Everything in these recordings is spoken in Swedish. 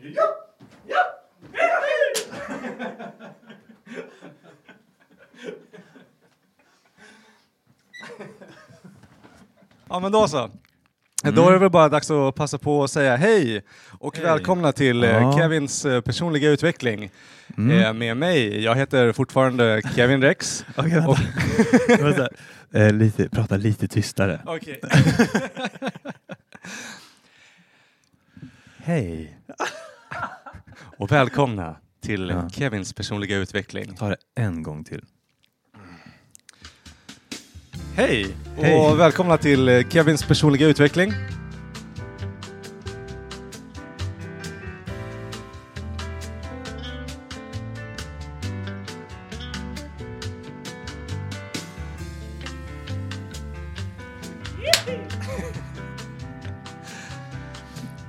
Ja! Ja! Ja men då så. Mm. Då är det väl bara dags att passa på att säga hej och välkomna till eh, Ja. Mm. Kevins eh, personliga utveckling eh, med mig. Jag heter fortfarande Kevin Rex. Okej, vänta. Och- Vänta. Eh, lite, prata lite tystare. Okej. Hej. Och välkomna till Ja. Kevins personliga utveckling. Ta det en gång till. Hej! Hej. Och välkomna till eh, Kevins personliga utveckling.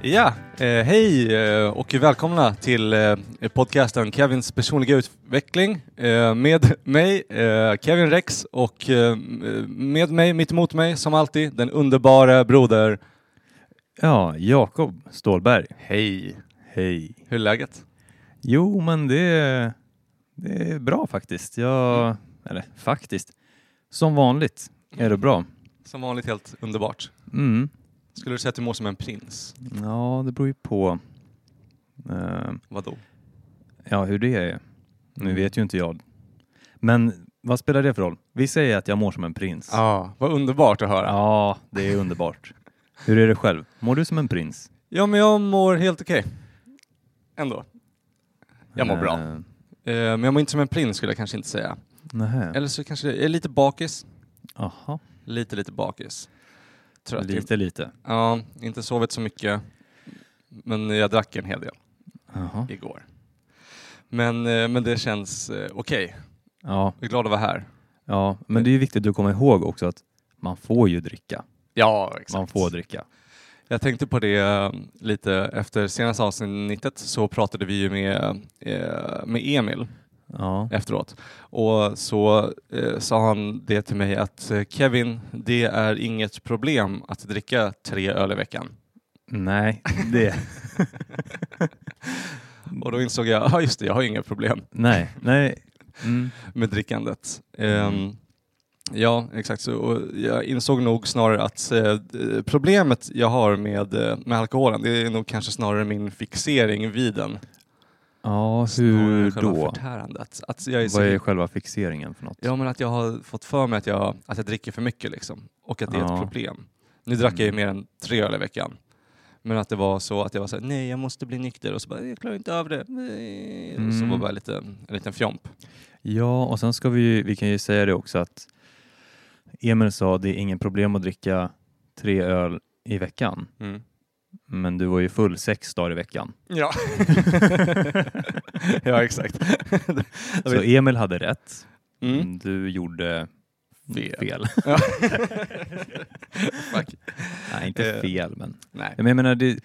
Ja, eh, hej eh, och välkomna till eh, podcasten Kevins personliga utveckling eh, med mig, eh, Kevin Rex och eh, med mig, mitt emot mig, som alltid, den underbara broder. Ja, Jakob Stålberg. Hej! Hej. Hur är läget? Jo, men det, det är bra faktiskt. Jag, eller faktiskt, som vanligt är det bra. Som vanligt helt underbart. Mm. Skulle du säga att du mår som en prins? Ja, det beror ju på eh, Vadå? ja, hur det är. Nu Mm. vet ju inte jag. Men vad spelar det för roll? Vi säger att jag mår som en prins. Ah, vad underbart att höra. Ja, det är underbart. Hur är det själv? Mår du som en prins? Ja, men jag mår helt okej. Ändå. Jag mår bra. Eh, Eh, men jag mår inte som en prins skulle jag kanske inte säga. Nähä. Eller så kanske det jag är lite bakis. Jaha. Lite, lite bakis. Trött. Lite, lite. Ja, inte sovit så mycket. Men jag drack en hel del Jaha. igår. Men, eh, men det känns eh, okej. Ja, Jag är glad att vara här. ja, men det är ju viktigt att komma ihåg också att man får ju dricka. Ja, exakt. Man får dricka. Jag tänkte på det eh, lite efter senaste avsnittet så pratade vi ju med, eh, med Emil Ja. efteråt. Och så eh, sa han det till mig att eh, Kevin, det är inget problem att dricka tre öl i veckan. Nej, det... Och då insåg jag, ja just det, jag har inga problem nej, nej. Mm. med drickandet. Ehm, Ja, exakt. Så, och jag insåg nog snarare att eh, d- problemet jag har med, eh, med alkoholen, det är nog kanske snarare min fixering vid den. Ja, snarare än hur själva då? Förtärandet. Att jag är så Vad är själva fixeringen för något? Ja, men att jag har fått för mig att jag, att jag dricker för mycket liksom. Och att det är Ja. ett problem. Nu drack jag ju Mm. mer än tre öl i veckan. Men att det var så att jag var såhär, nej jag måste bli nykter och så bara, jag klarar inte av det. Nej. Och så Mm. var det bara lite, en liten fjomp. Ja, och sen ska vi ju, vi kan ju säga det också att Emil sa det är ingen problem att dricka tre öl i veckan. Mm. Men du var ju full sex dagar i veckan. Ja. ja, exakt. Jag Så vet- Emil hade rätt. Mm. Du gjorde Fel. fel. Ja. Fuck. Nej, inte Eh, fel, men... Nej. Men jag menar, det,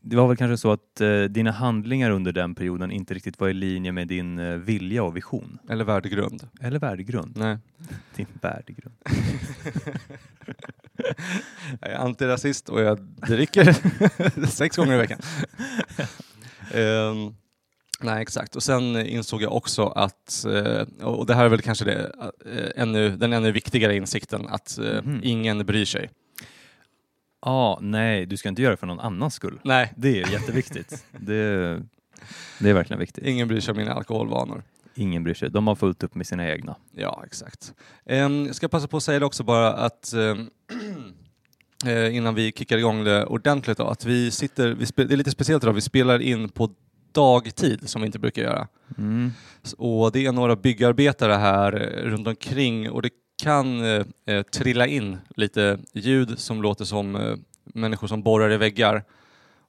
det var väl kanske så att eh, dina handlingar under den perioden inte riktigt var i linje med din eh, vilja och vision. Eller värdegrund. Eller värdegrund. Nej. Din värdegrund. Jag är antirasist och jag dricker sex gånger i veckan. Ehm, nej, exakt. Och sen insåg jag också att, eh, och det här är väl kanske det, eh, ännu, den ännu viktigare insikten, att eh, Mhm. ingen bryr sig. Ja, nej, du ska inte göra det för någon annans skull. Nej, Det är jätteviktigt. det, det är verkligen viktigt. ingen bryr sig om mina alkoholvanor. Ingen bryr sig. De har fullt upp med sina egna. Ja, exakt. Ehm, jag ska passa på att säga det också bara att ehm, eh, innan vi kickar igång det ordentligt då, att vi sitter, vi spe, det är lite speciellt idag, vi spelar in på dagtid som vi inte brukar göra. Mm. Och det är några byggarbetare här eh, runt omkring och det kan eh, eh, trilla in lite ljud som låter som eh, människor som borrar i väggar.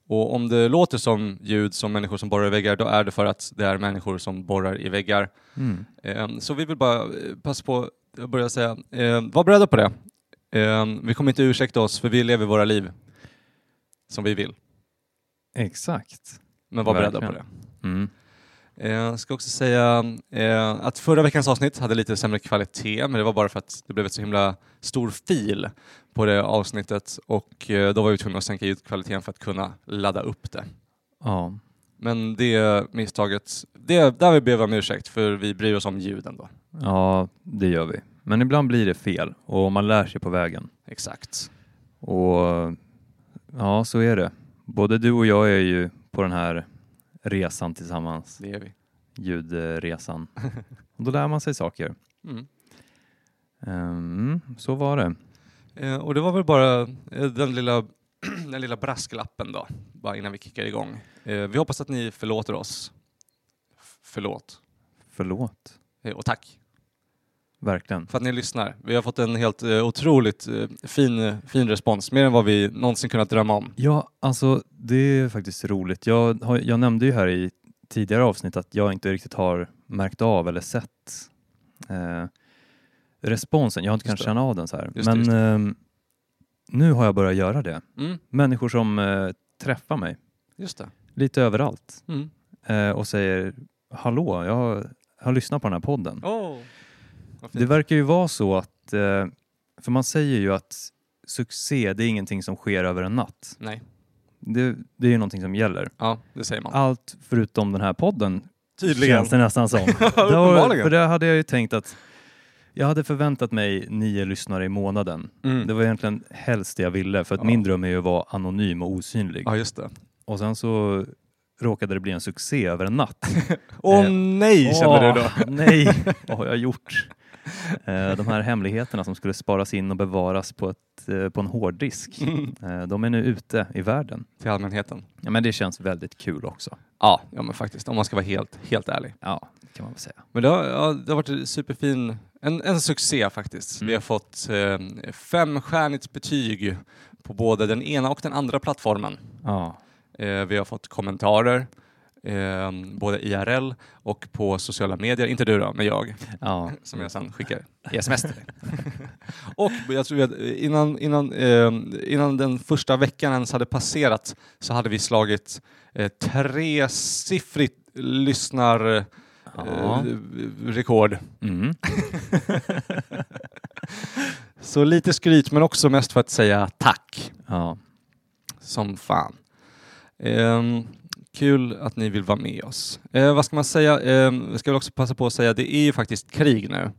Och om det låter som ljud som människor som borrar i väggar, då är det för att det är människor som borrar i väggar. Mm. Eh, Så vi vill bara eh, passa på att börja säga, eh, var beredda på det. Eh, Vi kommer inte ursäkta oss, för vi lever våra liv som vi vill. Exakt. Men var beredda på det. Verkligen. Mm. Eh, Jag ska också säga eh, att förra veckans avsnitt hade lite sämre kvalitet, men det var bara för att det blev ett så himla stor fil på det avsnittet och eh, då var vi tvungna att sänka ljudkvaliteten för att kunna ladda upp det. Ja, Men det misstaget, det, där vi ber om ursäkt för vi bryr oss om ljuden då. Ja, det gör vi. Men ibland blir det fel och man lär sig på vägen. Exakt. Och ja, så är det. Både du och jag är ju på den här resan tillsammans, Det är vi. ljudresan. Och då lär man sig saker. Mm. Ehm, så var det. Eh, och det var väl bara eh, den lilla, den lilla brasklappen då, bara innan vi kickar igång. Eh, vi hoppas att ni förlåter oss. F- förlåt. Förlåt, Eh, och tack. verkligen. för att ni lyssnar. Vi har fått en helt eh, otroligt eh, fin, fin respons, mer än vad vi någonsin kunnat drömma om. Ja, alltså det är faktiskt roligt. Jag, har, jag nämnde ju här i tidigare avsnitt att jag inte riktigt har märkt av eller sett eh, responsen. Jag har inte Just kunnat det. känna av den så här. Just det, Men just ehm, nu har jag börjat göra det. Mm, Människor som eh, träffar mig just det. lite överallt Mm. eh, och säger hallå, jag har, har lyssnat på den här podden. Oh. Vad Det fint. verkar ju vara så att, eh, för man säger ju att succé det är ingenting som sker över en natt. Nej, Det, det är ju någonting som gäller. ja, det säger man. allt förutom den här podden Tydligen. känns det nästan som. Uppenbarligen. för det hade jag ju tänkt att jag hade förväntat mig nio lyssnare i månaden. Mm. Det var egentligen helst det jag ville för att Ja. min dröm är ju att vara anonym och osynlig. Ja, just det. Och sen så råkade det bli en succé över en natt. Åh Eh, nej, kände du då. Åh, Nej, vad har jag gjort? Eh, De här hemligheterna som skulle sparas in och bevaras på, ett, eh, på en hårddisk, Mm. eh, de är nu ute i världen. Till allmänheten. Ja, men det känns väldigt kul också. Ja, ja, men faktiskt, om man ska vara helt, helt ärlig. Ja, kan man väl säga. Men det har, ja, det har varit en superfin, en, en succé faktiskt. Mm. Vi har fått eh, femstjärnigt betyg på både den ena och den andra plattformen. Ja. Eh, vi har fått kommentarer, eh, både IRL och på sociala medier. Inte du då, men jag, Ja, som jag sen skickar i sms till dig. och jag tror att innan, innan, eh, innan den första veckan ens hade passerat så hade vi slagit eh, tresiffrigt lyssnar Ja. eh, rekord. Mm. Så lite skryt men också mest för att säga tack ja. som fan. Ehm, kul att ni vill vara med oss. Eh, vad ska man säga? Ehm, jag ska väl också passa på att säga det är ju faktiskt krig nu.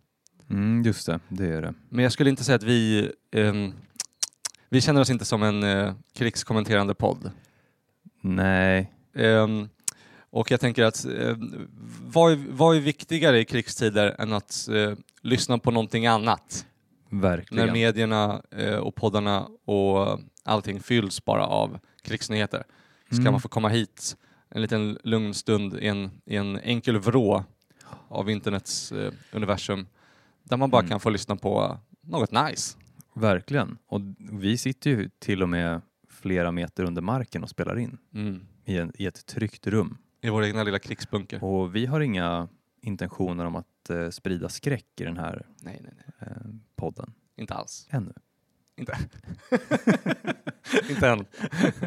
Mm, just det, det är det. Men jag skulle inte säga att vi... ehm, vi känner oss inte som en eh, krigskommenterande podd. Nej, Ehm, och jag tänker att eh, vad, är, vad är viktigare i krigstider än att eh, lyssna på någonting annat? verkligen. När medierna eh, och poddarna och allting fylls bara av krigsnyheter. Ska Mm. man få komma hit en liten lugn stund i en, i en enkel vrå av internets eh, universum där man bara Mm. kan få lyssna på något nice. Verkligen. Och vi sitter ju till och med flera meter under marken och spelar in Mm. i, en, i ett tryggt rum. I vår egna lilla krigsbunker. Och vi har inga intentioner om att eh, sprida skräck i den här Nej, nej, nej. eh, podden Inte alls. ännu. Inte än.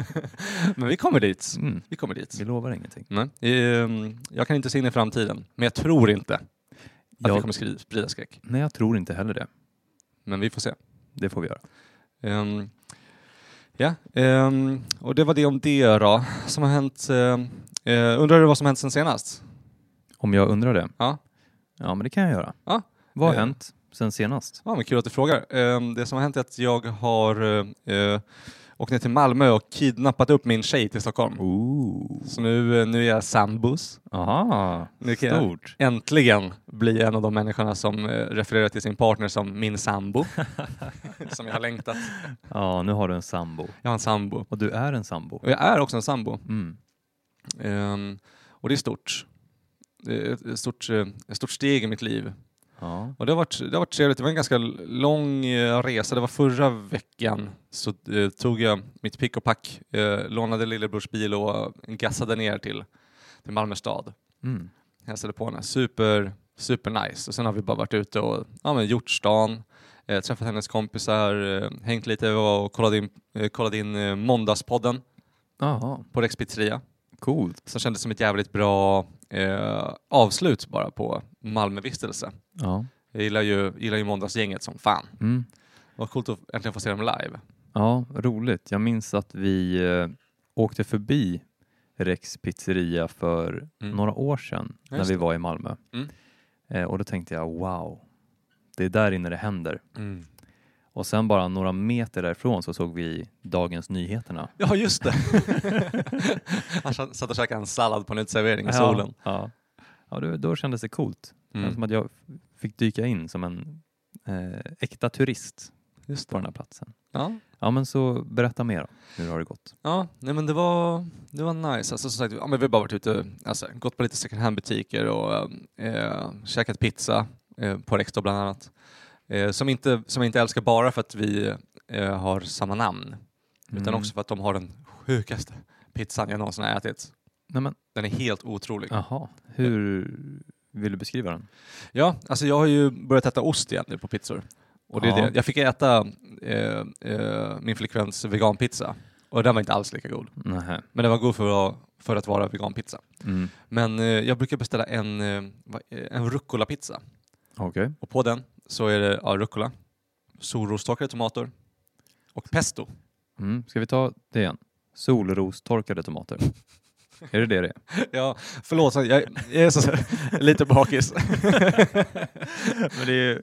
Men vi kommer dit. Mm. Vi kommer dit. Vi lovar ingenting. Nej. Ehm, Jag kan inte se in i framtiden, men jag tror inte att vi Jag, kommer skri- sprida skräck. nej, jag tror inte heller det. Men vi får se. Det får vi göra. Ehm, ja, ehm, och det var det om det då. Som har hänt, ehm, eh, undrar du vad som hänt sen senast? Om jag undrar det? Ja. Ja, men det kan jag göra. Ja. Vad har Eh. hänt sen senast? Ja, men kul att du frågar. Ehm, det som har hänt är att jag har eh, eh, åkt ner till Malmö och kidnappat upp min tjej till Stockholm. Ooh. Så nu, eh, nu är jag sambos. Aha, Nu kan jag- stort. äntligen bli en av de människorna som eh, refererar till sin partner som min sambo. som jag har längtat. Ja, nu har du en sambo. Jag har en sambo. Och du är en sambo. Och jag är också en sambo. Mm. Ehm, och det är stort. Det är ett stort, eh, ett stort steg i mitt liv. Ja. Och det har, varit, det har varit trevligt. Det var en ganska lång eh, resa. Det var förra veckan så eh, tog jag mitt pick och pack, eh, lånade lillebrors bil och gassade ner till, till Malmö stad. Mm. hälsade på henne. Super, super nice. Och sen har vi bara varit ute och ja, men gjort stan, eh, träffat hennes kompisar, eh, hängt lite och kollade in, eh, kollade in eh, Måndagspodden Aha, på Rex Pizzeria coolt. som kändes som ett jävligt bra eh, avslut bara på Malmövistelse. Ja. Jag gillar ju, gillar ju Måndagsgänget som fan. Mm. Vad coolt att äntligen få se dem live. ja, roligt. Jag minns att vi eh, åkte förbi Rex pizzeria för Mm. några år sedan Ja, när just vi var i Malmö. Mm. Eh, och då tänkte jag wow, det är där inne det händer. Mm. Och sen bara några meter därifrån så såg vi Dagens Nyheterna. Ja, just det. Han Alltså, satt och käkade en sallad på en uteservering i solen. Ja, ja. ja då, då kändes det coolt. Det kändes Mm. Som att jag f- fick dyka in som en eh, äkta turist Just på den här platsen. Ja, Ja men så berätta mer då. Hur har det gått? ja nej, men det var, det var nice. Alltså, som sagt, ja, men vi har bara varit ute, alltså, gått på lite second hand-butiker och eh, käkat pizza eh, på Rexto bland annat. Eh, som, inte, som jag inte älskar bara för att vi eh, har samma namn, utan Mm. också för att de har den sjukaste pizzan jag någonsin har ätit. Nej men Den är helt otrolig. jaha, hur vill du beskriva den? Ja, alltså jag har ju börjat äta ost igen nu på pizzor. Och det är Ja. det. Jag fick äta eh, eh, min flickväns veganpizza och den var inte alls lika god. Nähä. Men den var god för att, vara- för att vara veganpizza. Mm. Men eh, jag brukar beställa en, eh, va- eh, en rucola-pizza Okej. och på den så är det ja, rucola, solrostorkade tomater och pesto. Mm. Ska vi ta det igen? Solrostorkade tomater. är det det det är? ja, förlåt, jag, jag är så, lite bakis. men det är ju,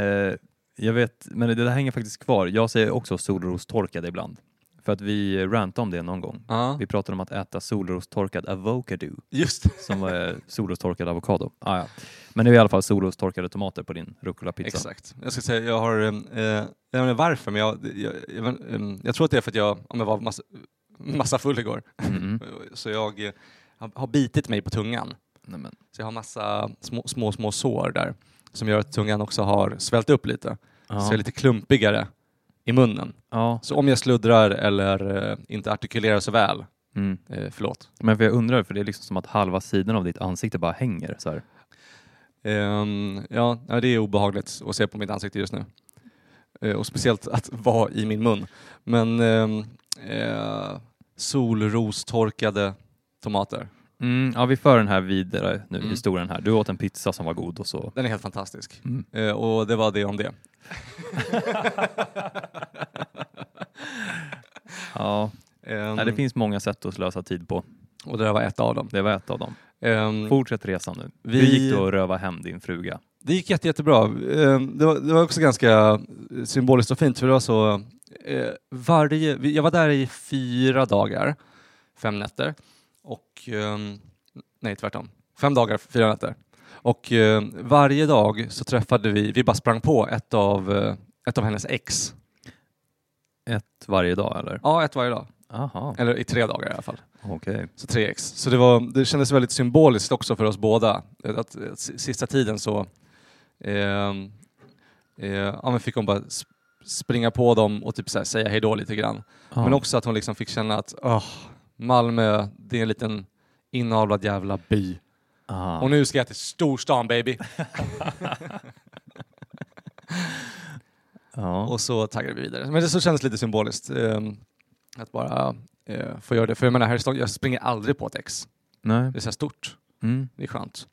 eh, jag vet, men det där hänger faktiskt kvar. Jag säger också solrostorkade ibland. För att vi rantade om det någon gång. ja, Vi pratade om att äta solrostorkad avocado, just som var eh, solrostorkad avokado. Ah, ja. Men det är i alla fall solrostorkade tomater på din rucola-pizza. Exakt. Jag ska säga, jag har, eh, eh, jag vet inte varför, men jag, jag, jag, vet- eh, jag tror att det är för att jag, om jag var massa, massa full igår, Mm-mm. så jag eh, har, har bitit mig på tungan. Nej, men. Så jag har massa små, små, små sår där som gör att tungan också har svällt upp lite. Så jag är Ja. lite klumpigare i munnen. Ja. Så om jag sluddrar eller eh, inte artikulerar så väl, Mm. eh, förlåt. Men för jag undrar, för det är liksom som att halva sidan av ditt ansikte bara hänger så här. Ehm, ja, ja, det är obehagligt att se på mitt ansikte just nu. Eh, och speciellt att vara i min mun. Men ehm, eh, solrostorkade tomater. Mm, ja, vi för den här vidare nu, Mm. historien här. Du åt en pizza som var god och så. Den är helt fantastisk. Mm. Eh, och det var det om det. Ja, Ehm, nej, det finns många sätt att slösa tid på. Och det där var ett av dem. Det var ett av dem. Ehm, Fortsätt resan nu. Vi- Hur gick det att röva hem din fruga? Det gick jätte, jättebra. Ehm, Det var, det var också ganska eh, symboliskt och fint för det var så eh, varje, vi- jag var där i fyra dagar, fem nätter och ehm, nej tvärtom, fem dagar, fyra nätter. Och ehm, varje dag så träffade vi, vi bara sprang på ett av, eh, ett av hennes ex. Ett varje dag eller? Ja, ett varje dag. Aha, Eller i tre dagar i alla fall. okej. Så tre ex. Så det, var, det kändes väldigt symboliskt också för oss båda. Att, att s- sista tiden så ehm, eh, ja, men fick hon bara sp- springa på dem och typ så här säga hej då lite grann. Ja. Men också att hon liksom fick känna att "Åh, Malmö, det är en liten inavlad jävla by. Aha. Och nu ska jag till storstan baby. Ja. Och så taggade vi vidare. Men det så kändes lite symboliskt ehm, att bara eh, få göra det. För jag menar här i Stockholm, jag springer aldrig på ett ex. Nej. Det är så här stort. Mm. Det är skönt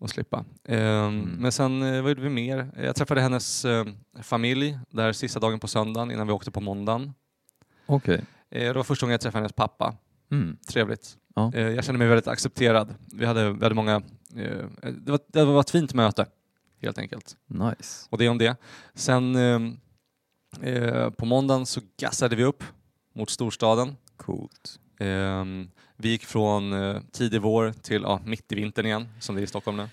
att slippa. Ehm, Mm. Men sen, eh, vad gjorde vi mer? Eh, Jag träffade hennes eh, familj där sista dagen på söndagen innan vi åkte på måndagen. Okej. Eh, det var första gången jag träffade hennes pappa. Mm. Trevligt. Ja. Eh, jag kände mig väldigt accepterad. Vi hade, vi hade många... Eh, det, var, det var ett fint möte, helt enkelt. Nice. Och det om det. Sen ehm, eh, på måndagen så gassade vi upp mot storstaden. Coolt. Ehm, vi gick från eh, tidig vår till ja, mitt i vintern igen, som det är i Stockholm nu,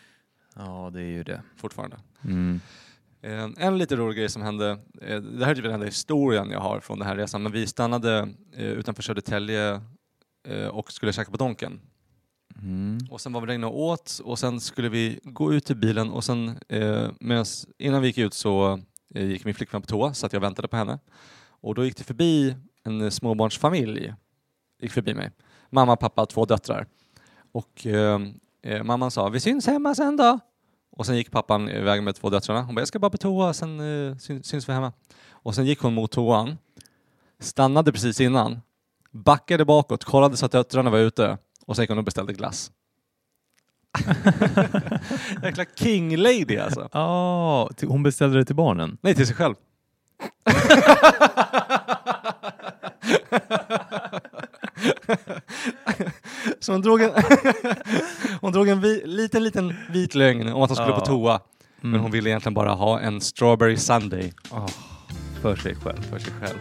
Ja, det är ju det. fortfarande. Mm. En, Eh, en lite rolig grej som hände, eh, det här är typ den enda historien jag har från den här resan, men vi stannade eh, utanför Södertälje eh, och skulle käka på Donken. Mm. Och sen var vi där inne och åt och sen skulle vi gå ut till bilen och sen eh, medans, innan vi gick ut så eh, gick min flickvän på toa så att jag väntade på henne. Och då gick det förbi en eh, småbarnsfamilj, gick förbi mig. Mamma, pappa, två döttrar. Och eh, eh, mamman sa vi syns hemma sen då. Och sen gick pappan iväg med två döttrarna. Hon bara jag ska bara på toa, sen eh, syns, syns vi hemma. Och sen gick hon mot toan, stannade precis innan, backade bakåt, kollade så att döttrarna var ute och sen gick hon och beställde glass. Jäkla king lady alltså. Ja, till- hon beställde det till barnen. Nej, till sig själv. Så hon drog en, hon drog en vi, liten, liten vit lögn om att hon skulle Ja. på toa. Mm. Men hon ville egentligen bara ha en strawberry sundae för sig själv. för sig själv.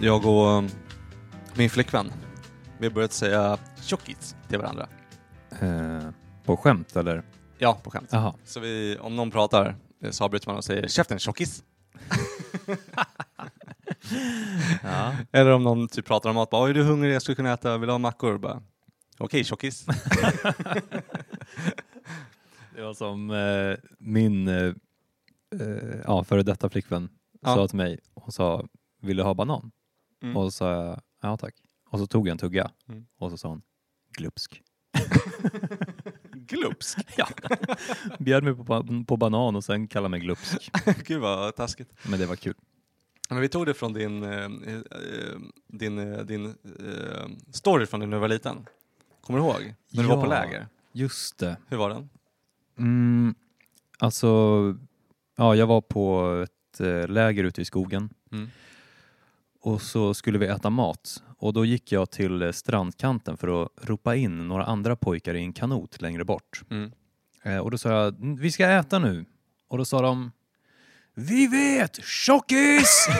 Jag och um, min flickvän, vi har börjat säga tjockis till varandra. Eh, på skämt eller? Ja, på skämt. Jaha. Så vi, om någon pratar eh, så avbryter man och säger käften tjockis. Ja. Eller om någon typ pratar om mat, bara, "Oj, är du hungrig? Jag skulle kunna äta, vill du ha mackor? Bara, Okej tjockis. Det var som eh, min eh, eh, ja, före detta flickvän Ja. sa till mig. Hon sa, vill du ha banan? Mm. Och så sa jag, ja tack. Och så tog jag en tugga Mm. och så sa hon, glupsk. Glupsk. Ja. Bjöd mig på, ba- på banan och sen kallade mig glupsk. Gud vad taskigt. Men det var kul. Men vi tog det från din, eh, eh, din, eh, din eh, story från när du var liten. Kommer du ihåg? När du var på Ja. läger. Just det. Hur var den? Mm, alltså, ja, jag var på ett eh, läger ute i skogen Mm. och så skulle vi äta mat och då gick jag till eh, strandkanten för att ropa in några andra pojkar i en kanot längre bort. Mm. Eh, och då sa jag, "Mm, vi ska äta nu. Och då sa de, vi vet, tjockis!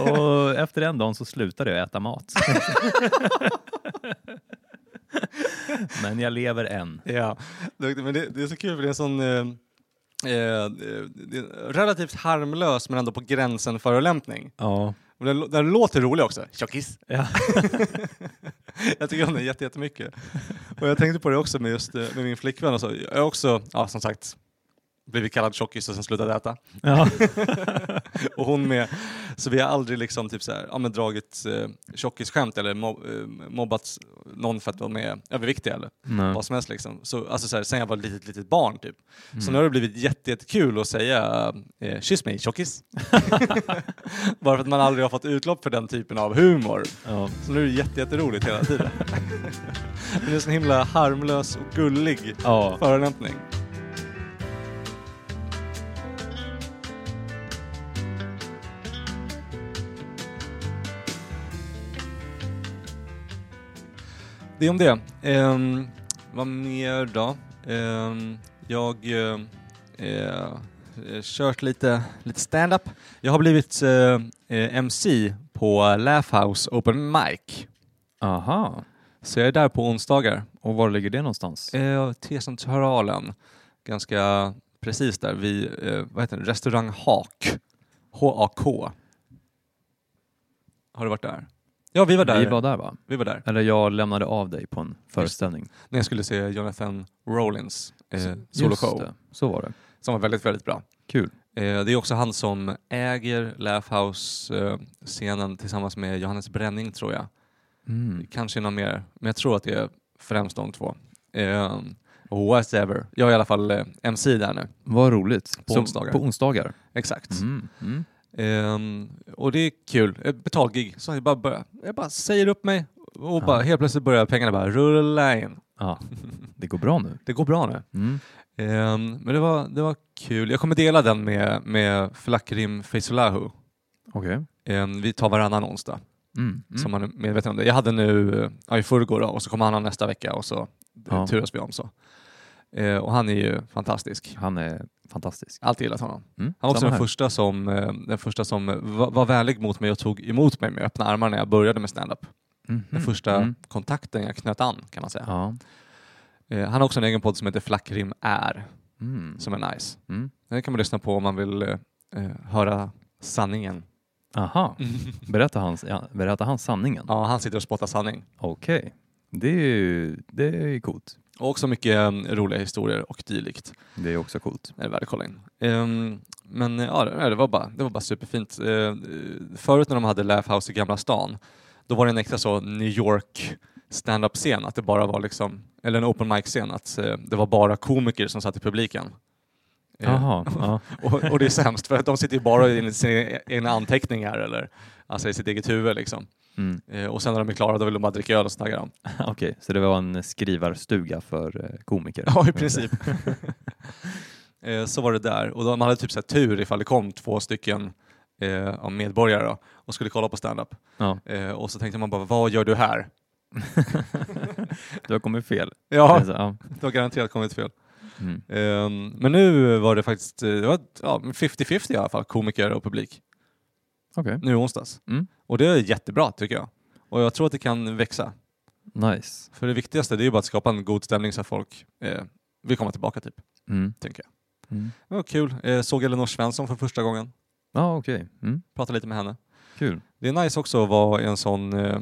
och efter den dagen så slutade jag äta mat. Men jag lever än. Ja, det, men det, det är så kul för det är en sån eh, eh, det är en relativt harmlös men ändå på gränsen förolämpning. Ja. Och Den, lå- den låter rolig också. Tjockis. Ja. Jag tycker om den jätte- jättemycket. Och jag tänkte på det också med, just, eh, med min flickvän. Och så. Jag har också, ja, som sagt, blivit kallad tjockis och sen slutat äta. ja. Och hon med. Så vi har aldrig liksom typ så här, ja, men dragit eh, tjockisskämt eller mob, eh, mobbat någon för att de är överviktiga eller Nej. vad som helst. Liksom. Så, alltså, så här, sen jag var ett litet, litet barn typ. Så Mm. nu har det blivit jätte- jättekul att säga eh, kyss mig tjockis. Bara för att man aldrig har fått utlopp för den typen av humor. Ja. Så nu är det jätte- jätteroligt hela tiden. Men det är en sån himla harmlös och gullig Ja. förolämpning. Det är om det. Um, vad mer då? Ehm, jag uh, kört lite, lite stand-up. Jag har blivit eh, eh, MC på Laugh House Open Mic. Aha. Så jag är där på onsdagar. Och var ligger det någonstans? Eh, Tesentöralen, ganska precis där vid eh, vad heter det? restaurang Hak. H-A-K. Har du varit där? Ja, vi var där. Vi var där va? Vi var där. Eller jag lämnade av dig på en föreställning. När jag skulle se Jonathan Rollins eh, Just soloshow, det. Så var det. som var väldigt, väldigt bra. Kul. Eh, det är också han som äger Laugh House-scenen tillsammans med Johannes Bränning, tror jag. Mm. Kanske någon mer, men jag tror att det är främst de två. Eh, whatever. Jag är i alla fall eh, MC där nu. Vad roligt. På Så- onsdagar. På onsdagar. Exakt. Mm. Mm. Ehm, och det är kul. Ett betalgig. Så jag bara, börjar, jag bara säger upp mig och bara, Ja. helt plötsligt börjar pengarna bara rulla in. Ja. Det går bra nu. Det går bra nu. Mm. Ehm, men det var, det var kul. Jag kommer dela den med, med Flakrim Feisolahu. Okej. Ehm, vi tar varannan onsdag, Mm. Mm. så man är medveten om det. Jag hade nu eh, ja, i förrgår då, och så kommer han ha nästa vecka och så Ja. ja. turas vi om så. Eh, och han är ju fantastisk. Han är fantastisk. Alltid gillat honom. Mm. Han var också Samma den här. första, som, eh, den första som var, var vänlig mot mig och tog emot mig med öppna armar när jag började med stand-up. Mhm. den första Mm. kontakten jag knöt an kan man säga. Ja. Eh, han har också en egen podd som heter Flackrim är, Mm. som är nice. Mm. Den kan man lyssna på om man vill eh, eh, höra sanningen. Aha. Berättar han, ja, berättar han sanningen? Ja, han sitter och spottar sanning. Okej. Det är ju det är ju coolt. Och också mycket eh, roliga historier och dylikt. Det är också coolt. Det är värde att kolla in. Ehm, men eh, ja, det det var bara, det var bara superfint. Eh, förut när de hade Laugh House i Gamla stan, då var det en extra så New York stand-up-scen, att det bara var liksom, eller en open mic-scen, att eh, det var bara komiker som satt i publiken. Eh, Jaha. Ja. Och, och det är sämst för att de sitter ju bara i sina egna anteckningar eller Alltså i sitt eget huvud liksom. Mm. Eh, och sen när de är klara då vill de bara dricka öl och så taggar de. Okej, så det var en skrivarstuga för eh, komiker? Ja, i princip. Eh, så var det där. Och de hade typ så här tur ifall det kom två stycken eh, ja, medborgare då, och skulle kolla på stand-up. Ja. Eh, och så tänkte man bara, vad gör du här? Du har kommit fel. Ja, Alltså, ja. det Eh, har garanterat kommit fel. Mm. Ehm, men nu var det faktiskt eh, det var ett, ja, 50-50 i alla fall, komiker och publik, Okej, nu i onsdags. Mm. Och det är jättebra tycker jag. Och jag tror att det kan växa. nice. För det viktigaste det är ju bara att skapa en god stämning så att folk eh, vill komma tillbaka typ, Mm. tänker jag. Mm. Det var kul. Eh, såg Elinor Svensson för första gången. Ja, okej. Mm. Pratade lite med henne. Kul. Det är nice också att vara i en sån eh,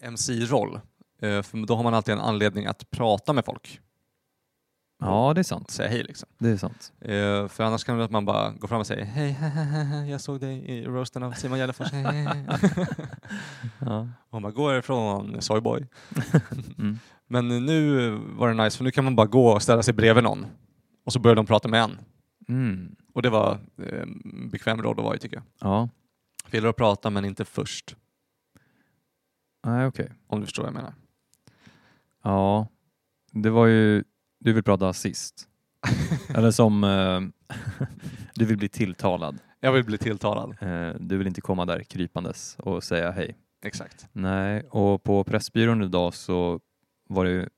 MC-roll. Eh, för då har man alltid en anledning att prata med folk. Ja, det är sant. Säga hej liksom. Det är sant. Eh, för annars kan det att man bara går fram och säger hej, hehehe, jag såg dig i roasten av Simon Gärdenfors. hej, hej, hej." Ja. Och man bara, gå härifrån soyboy. Mm. Men nu var det nice för nu kan man bara gå och ställa sig bredvid någon. Och så börjar de prata med en. Mm. Och det var eh, en bekväm roll att vara i tycker jag. Ja, För jag gillar att prata men inte först. nej okej. Om du förstår vad jag menar. Ja, det var ju... Du vill prata sist. Eller som... Eh, du vill bli tilltalad. Jag vill bli tilltalad. Eh, du vill inte komma där krypandes och säga hej. Exakt. Nej, och på Pressbyrån idag så var det ju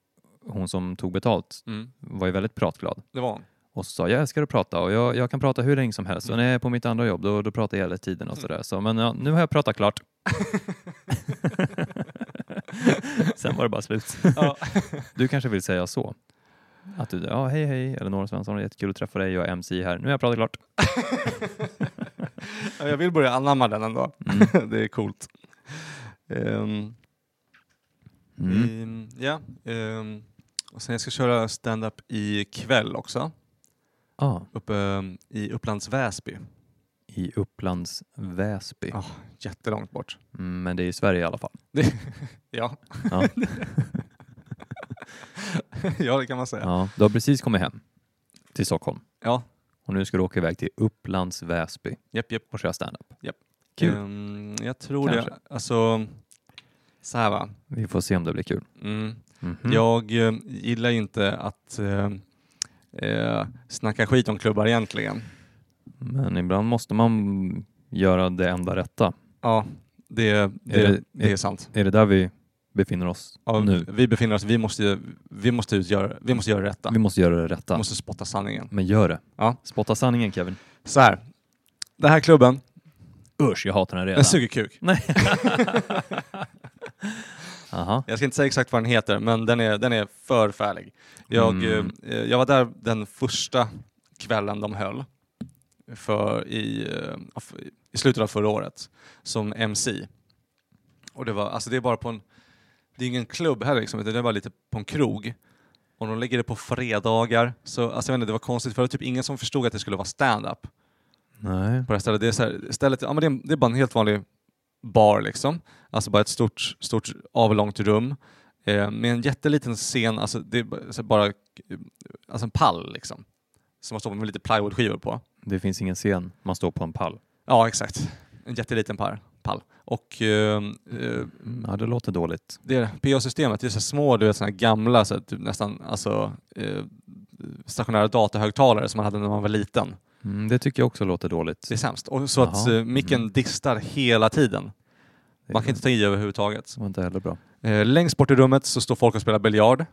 hon som tog betalt Mm. var ju väldigt pratglad Det var hon. och så sa jag älskar att prata och jag, jag kan prata hur länge som helst och när jag är på mitt andra jobb då, då pratar jag hela tiden och sådär. Så, men ja, nu har jag pratat klart. Sen var det bara slut. Ja. Du kanske vill säga så? Att du, ja hej hej, eller Nora Svensson, jättekul att träffa dig, jag är MC här, nu har jag pratat klart. Ja, Jag vill börja anamma den ändå. det är coolt. Ehm, Mm. ehm, ja, ehm, och sen jag ska köra stand-up ikväll också, Ah, uppe ehm, i Upplands Väsby. I Upplands Väsby. Ja. Jättelångt bort. Mm, Men det är i Sverige i alla fall. Det, ja. Ja. ja, det kan man säga. Ja, du har precis kommit hem till Stockholm Ja, och nu ska du åka iväg till Upplands Väsby japp, japp. och köra standup. Japp. Kul. Ehm, jag tror Kanske. det. Alltså, så här va. Vi får se om det blir kul. Mm. Mhm. Jag eh, gillar ju inte att eh, eh, snacka skit om klubbar egentligen. Men ibland måste man göra det enda rätta. Ja, det, det, Är det, det- är sant. Är det där vi befinner oss Ja, nu? Vi befinner oss, vi måste, ju- vi måste, ut göra, vi måste göra det rätta. Vi måste göra det Vi rätta. måste spotta sanningen. Men gör det. Ja. Spotta sanningen Kevin. Så här. Den här klubben, Usch, jag hatar den redan. den suger kuk. Aha. Jag ska inte säga exakt vad den heter, men den är, den är förfärlig. Jag, Mm. eh, jag var där den första kvällen de höll för i, eh, i slutet av förra året som MC. Och det, var, alltså det är bara på en... Det är ingen klubb heller, liksom, utan det är bara lite på en krog. Och de lägger det på fredagar. Så, alltså, jag vet inte, det var konstigt, för det var typ ingen som förstod att det skulle vara stand-up Nej. på det här stället. Det är, så här, stället, ja, men det, är, det är bara en helt vanlig bar liksom. Alltså bara ett stort, stort avlångt rum eh, med en jätteliten scen, alltså det är bara- så här, bara eh, alltså en pall liksom. Som man står med lite plywoodskivor på. Det finns ingen scen. Man står på en pall. Ja, exakt. En jätteliten par, pall. Och eh, eh, Mm, Ja, det låter dåligt. det är PA-systemet, det är så här små, du vet sådana här gamla, så här, typ nästan alltså, eh, stationära datahögtalare som man hade när man var liten. Mm, det tycker jag också låter dåligt. Det är sämst. Och så att Jaha. eh, micken Mm. distar hela tiden. Det Man kan inte ta i överhuvudtaget. var inte heller bra. Eh, längst bort i rummet så står folk och spelar biljard.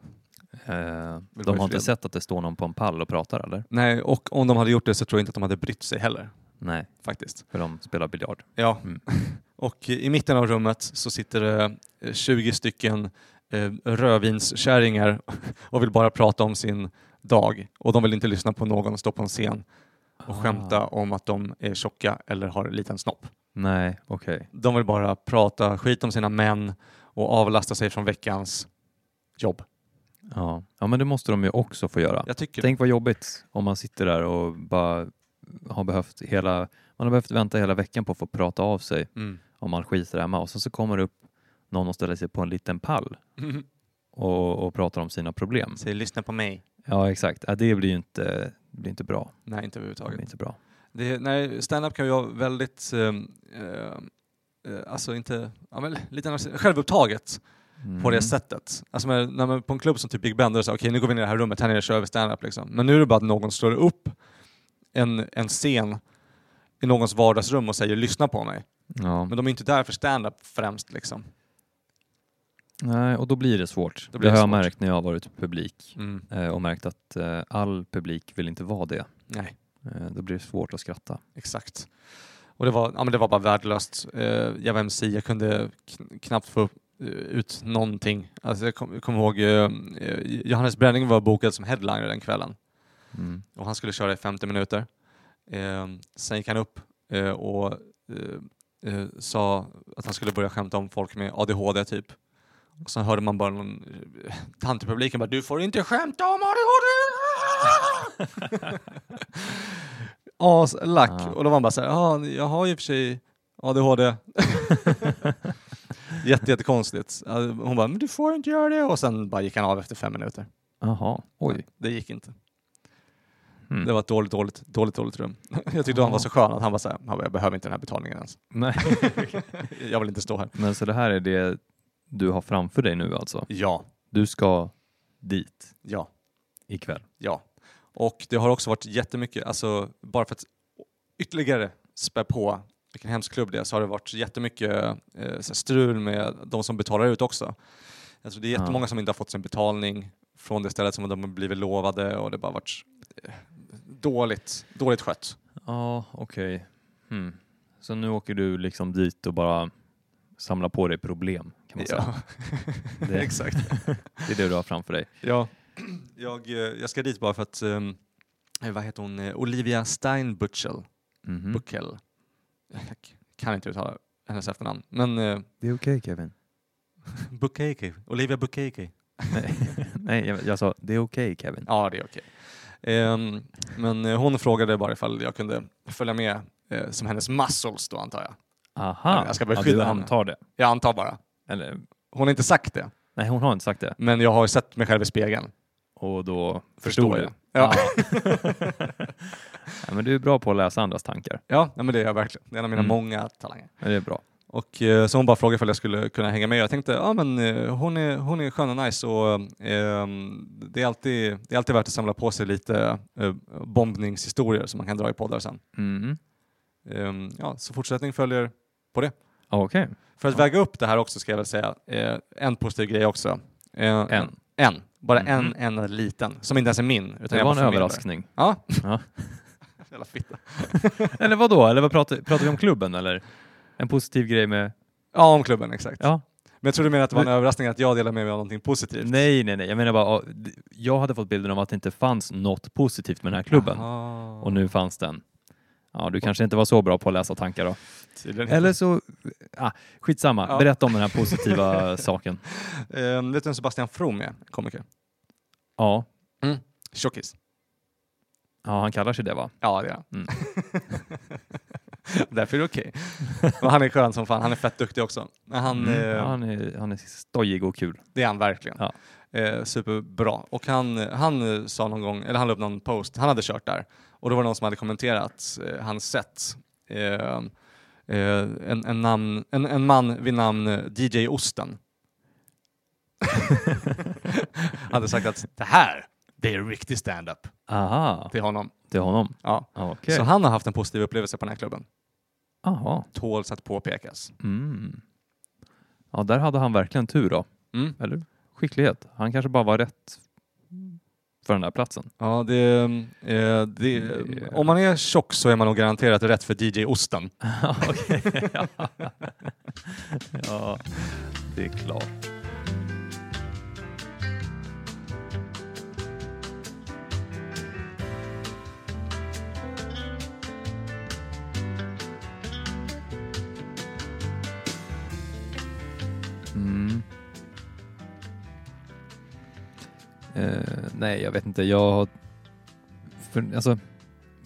Eh, Vill de vara har inte fred. sett att det står någon på en pall och pratar eller? Nej, och om de hade gjort det så tror jag inte att de hade brytt sig heller. Nej, Faktiskt. för de spelar biljard. Ja. Mm. Och i mitten av rummet så sitter det eh, 20 stycken eh, rödvinskärringar och vill bara prata om sin dag. Och de vill inte lyssna på någon stå på en scen och Ah. skämta om att de är tjocka eller har en liten snopp. Nej, okej. De vill bara prata skit om sina män och avlasta sig från veckans jobb. Ja. ja, men det måste de ju också få göra. Jag tycker Tänk vad jobbigt om man sitter där och bara har behövt hela, man har behövt vänta hela veckan på att få prata av sig Mm. om man skiter hemma och sen så kommer det upp någon och ställer sig på en liten pall och, och pratar om sina problem. Mm. Säg lyssna på mig. Ja, exakt. Ja, det blir ju inte, det blir inte bra. Nej, inte Det överhuvudtaget. blir inte bra. Det, nej, stand-up kan ju vara väldigt ehm, eh, eh, eh, alltså inte, ja, men lite narciss- självupptaget Mm. på det sättet. Alltså när, när man på en klubb som typ Big Ben, då är det så här, okej nu går vi ner i det här rummet, här nere kör vi stand-up liksom. Men nu är det bara att någon slår upp en, en scen i någons vardagsrum och säger lyssna på mig. Ja. Men de är inte där för stand-up främst liksom. Nej, och då blir det svårt. Då Det, blir det har jag svårt. märkt när jag har varit publik eh, och märkt att eh, all publik vill inte vara det. Nej, Eh, Då blir det svårt att skratta. exakt. Och det var, ja, men det var bara värdelöst. Eh, jag var MC, jag kunde kn- knappt få eh, ut någonting. Alltså jag kommer kom ihåg, eh, eh, Johannes Bränning var bokad som headliner den kvällen. Mm. och han skulle köra i 50 minuter. Eh, sen gick han upp eh, och eh, eh, sa att han skulle börja skämta om folk med ADHD typ. Och sen hörde man bara någon eh, tant i publiken bara du får inte skämta om ADHD! Aslack! Ah. Och då var han bara så här, "Ja, jag har ju i och för sig ADHD. Jätte, jättekonstigt. Ja, Hon bara, men du får inte göra det. Och sen bara gick han av efter fem minuter. Jaha, oj. Det gick inte. Mm. Det var ett dåligt, dåligt, dåligt, dåligt rum. Jag tyckte han var så skön att han var så här, han bara, jag behöver inte den här betalningen ens. Nej. Jag vill inte stå här. Men så det här är det du har framför dig nu alltså? Ja, Du ska dit ja, ikväll? ja. Och det har också varit jättemycket, alltså bara för att ytterligare spä på vilken hemsk klubb det är, så har det varit jättemycket eh, så här strul med de som betalar ut också. Alltså det är Ja. jättemånga som inte har fått sin betalning från det stället som de har blivit lovade och det har bara varit eh, dåligt, dåligt skött. Ja, okej. Mm. Så nu åker du liksom dit och bara samlar på dig problem kan man säga. Ja. Det- Exakt. Det är det du har framför dig. Ja. Jag, eh, jag ska dit bara för att, ehm, eh, vad heter hon, Eh, Olivia Steinbuchel, Mhm. Buchel. Jag k- kan inte uttala hennes efternamn, men eh, Det är okej Kevin. Bukeke, Olivia Bukeke. Nej, Nej jag, jag sa det är okej Kevin. Ja, det är okej. Ehm, men eh, hon frågade bara ifall jag kunde följa med eh, som hennes muscles då antar jag. Aha, Jag ska ja, beskydda du henne. antar det. Jag antar bara. Eller, Hon har inte sagt det, nej, hon har inte sagt det. men jag har ju sett mig själv i spegeln. Och då Förstår förstod du. jag. Ja, Ja, men du är bra på att läsa andras tankar. ja nej, men det är jag verkligen. Det är en av mina Mm. många talanger. Men det är bra. Och eh, så hon bara frågade ifall jag skulle kunna hänga med. Jag tänkte, ja men eh, hon är, hon är skön och nice och ehm, det, är alltid, det är alltid värt att samla på sig lite eh, bombningshistorier som man kan dra i poddar sen. Mm. Ehm, ja, så fortsättning följer på det. Okej, För att väga upp det här också ska jag väl säga eh, en positiv grej också. Eh, en. En. Bara Mhm. en enda liten, som inte ens är min. Utan Det jag bara var en förmedlar. överraskning. Ja. Ja. Jävla fitta. Eller vad då? Eller vad pratar, pratar vi om klubben eller? En positiv grej med... Ja, om klubben exakt. Ja. Men jag tror du menar att det var en överraskning att jag delar med mig av någonting positivt. Nej, nej, nej. Jag menar bara, ja, d- jag hade fått bilden av att det inte fanns något positivt med den här klubben. Aha. Och nu fanns den. Ja, du kanske inte var så bra på att läsa tankar då. Tydligen inte. Eller så... Ah, skitsamma, Ja. berätta om den här positiva saken. Um, vet du vem Sebastian From är? Komiker. Ja. Tjockis. ja, han kallar sig det va? Ja, det är han. Mm. Därför är det okej. Men han är skön som fan. Han är fett duktig också. Men han, Mm. eh, Ja, han, är, han är stojig och kul. Det är han verkligen. Ja. Eh, superbra. Och han, han eh, sa någon gång, eller han la upp någon post, han hade kört där. Och då var det någon som hade kommenterat eh, hans sätt. Eh, eh, en, en, namn, en, en man vid namn eh, DJ Osten. hade sagt att det här, det är riktig stand-up Aha, till honom. till honom. Ja. Ja, Okej. Så han har haft en positiv upplevelse på den här klubben. Aha. Tåls att påpekas. Mm. Ja, där hade han verkligen tur då. Mm. Eller skicklighet. Han kanske bara var rätt för den där platsen. Ja, det, eh, det, Det- Om man är tjock så är man nog garanterat rätt för DJ Osten. Ja, okej. ja, det är klart. Mm. Eh, nej, jag vet inte. Jag har... För, alltså,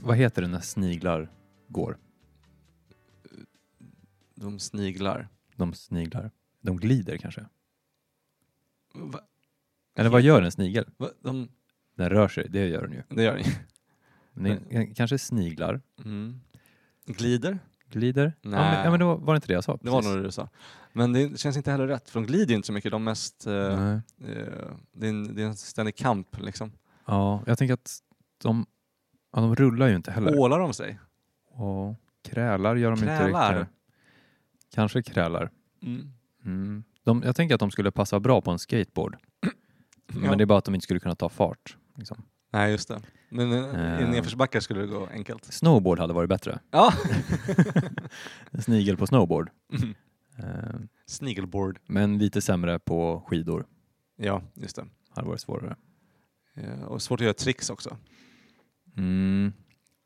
vad heter det när sniglar går? De sniglar. De sniglar. De glider kanske. Eller vad gör en snigel? de, Den rör sig, det gör den ju. det gör ni. Men den, den kanske sniglar, Mm. Glider? Glider? Ja, men, Nej. ja, men det var, var det inte det jag sa? Det var Precis. nog det du sa. Men det känns inte heller rätt, för de glider ju inte så mycket. De mest... eh, Nej. eh, det, är en, det är en ständig kamp liksom. Ja, jag tänker att de, ja, de rullar ju inte heller. Ålar de sig? Och krälar gör de Krälar? inte riktigt. Kanske krälar. Mm. De, jag tänker att de skulle passa bra på en skateboard. Ja. Men det är bara att de inte skulle kunna ta fart. Liksom. Nej, just det. Men eh, i Eh. nedförsbackar skulle det gå enkelt. Snowboard hade varit bättre. Ja! En snigel på snowboard. Mm. Eh, Snigelboard. men lite sämre på skidor. Ja, just det. Hade varit svårare. Eh, och svårt att göra tricks också. Mm.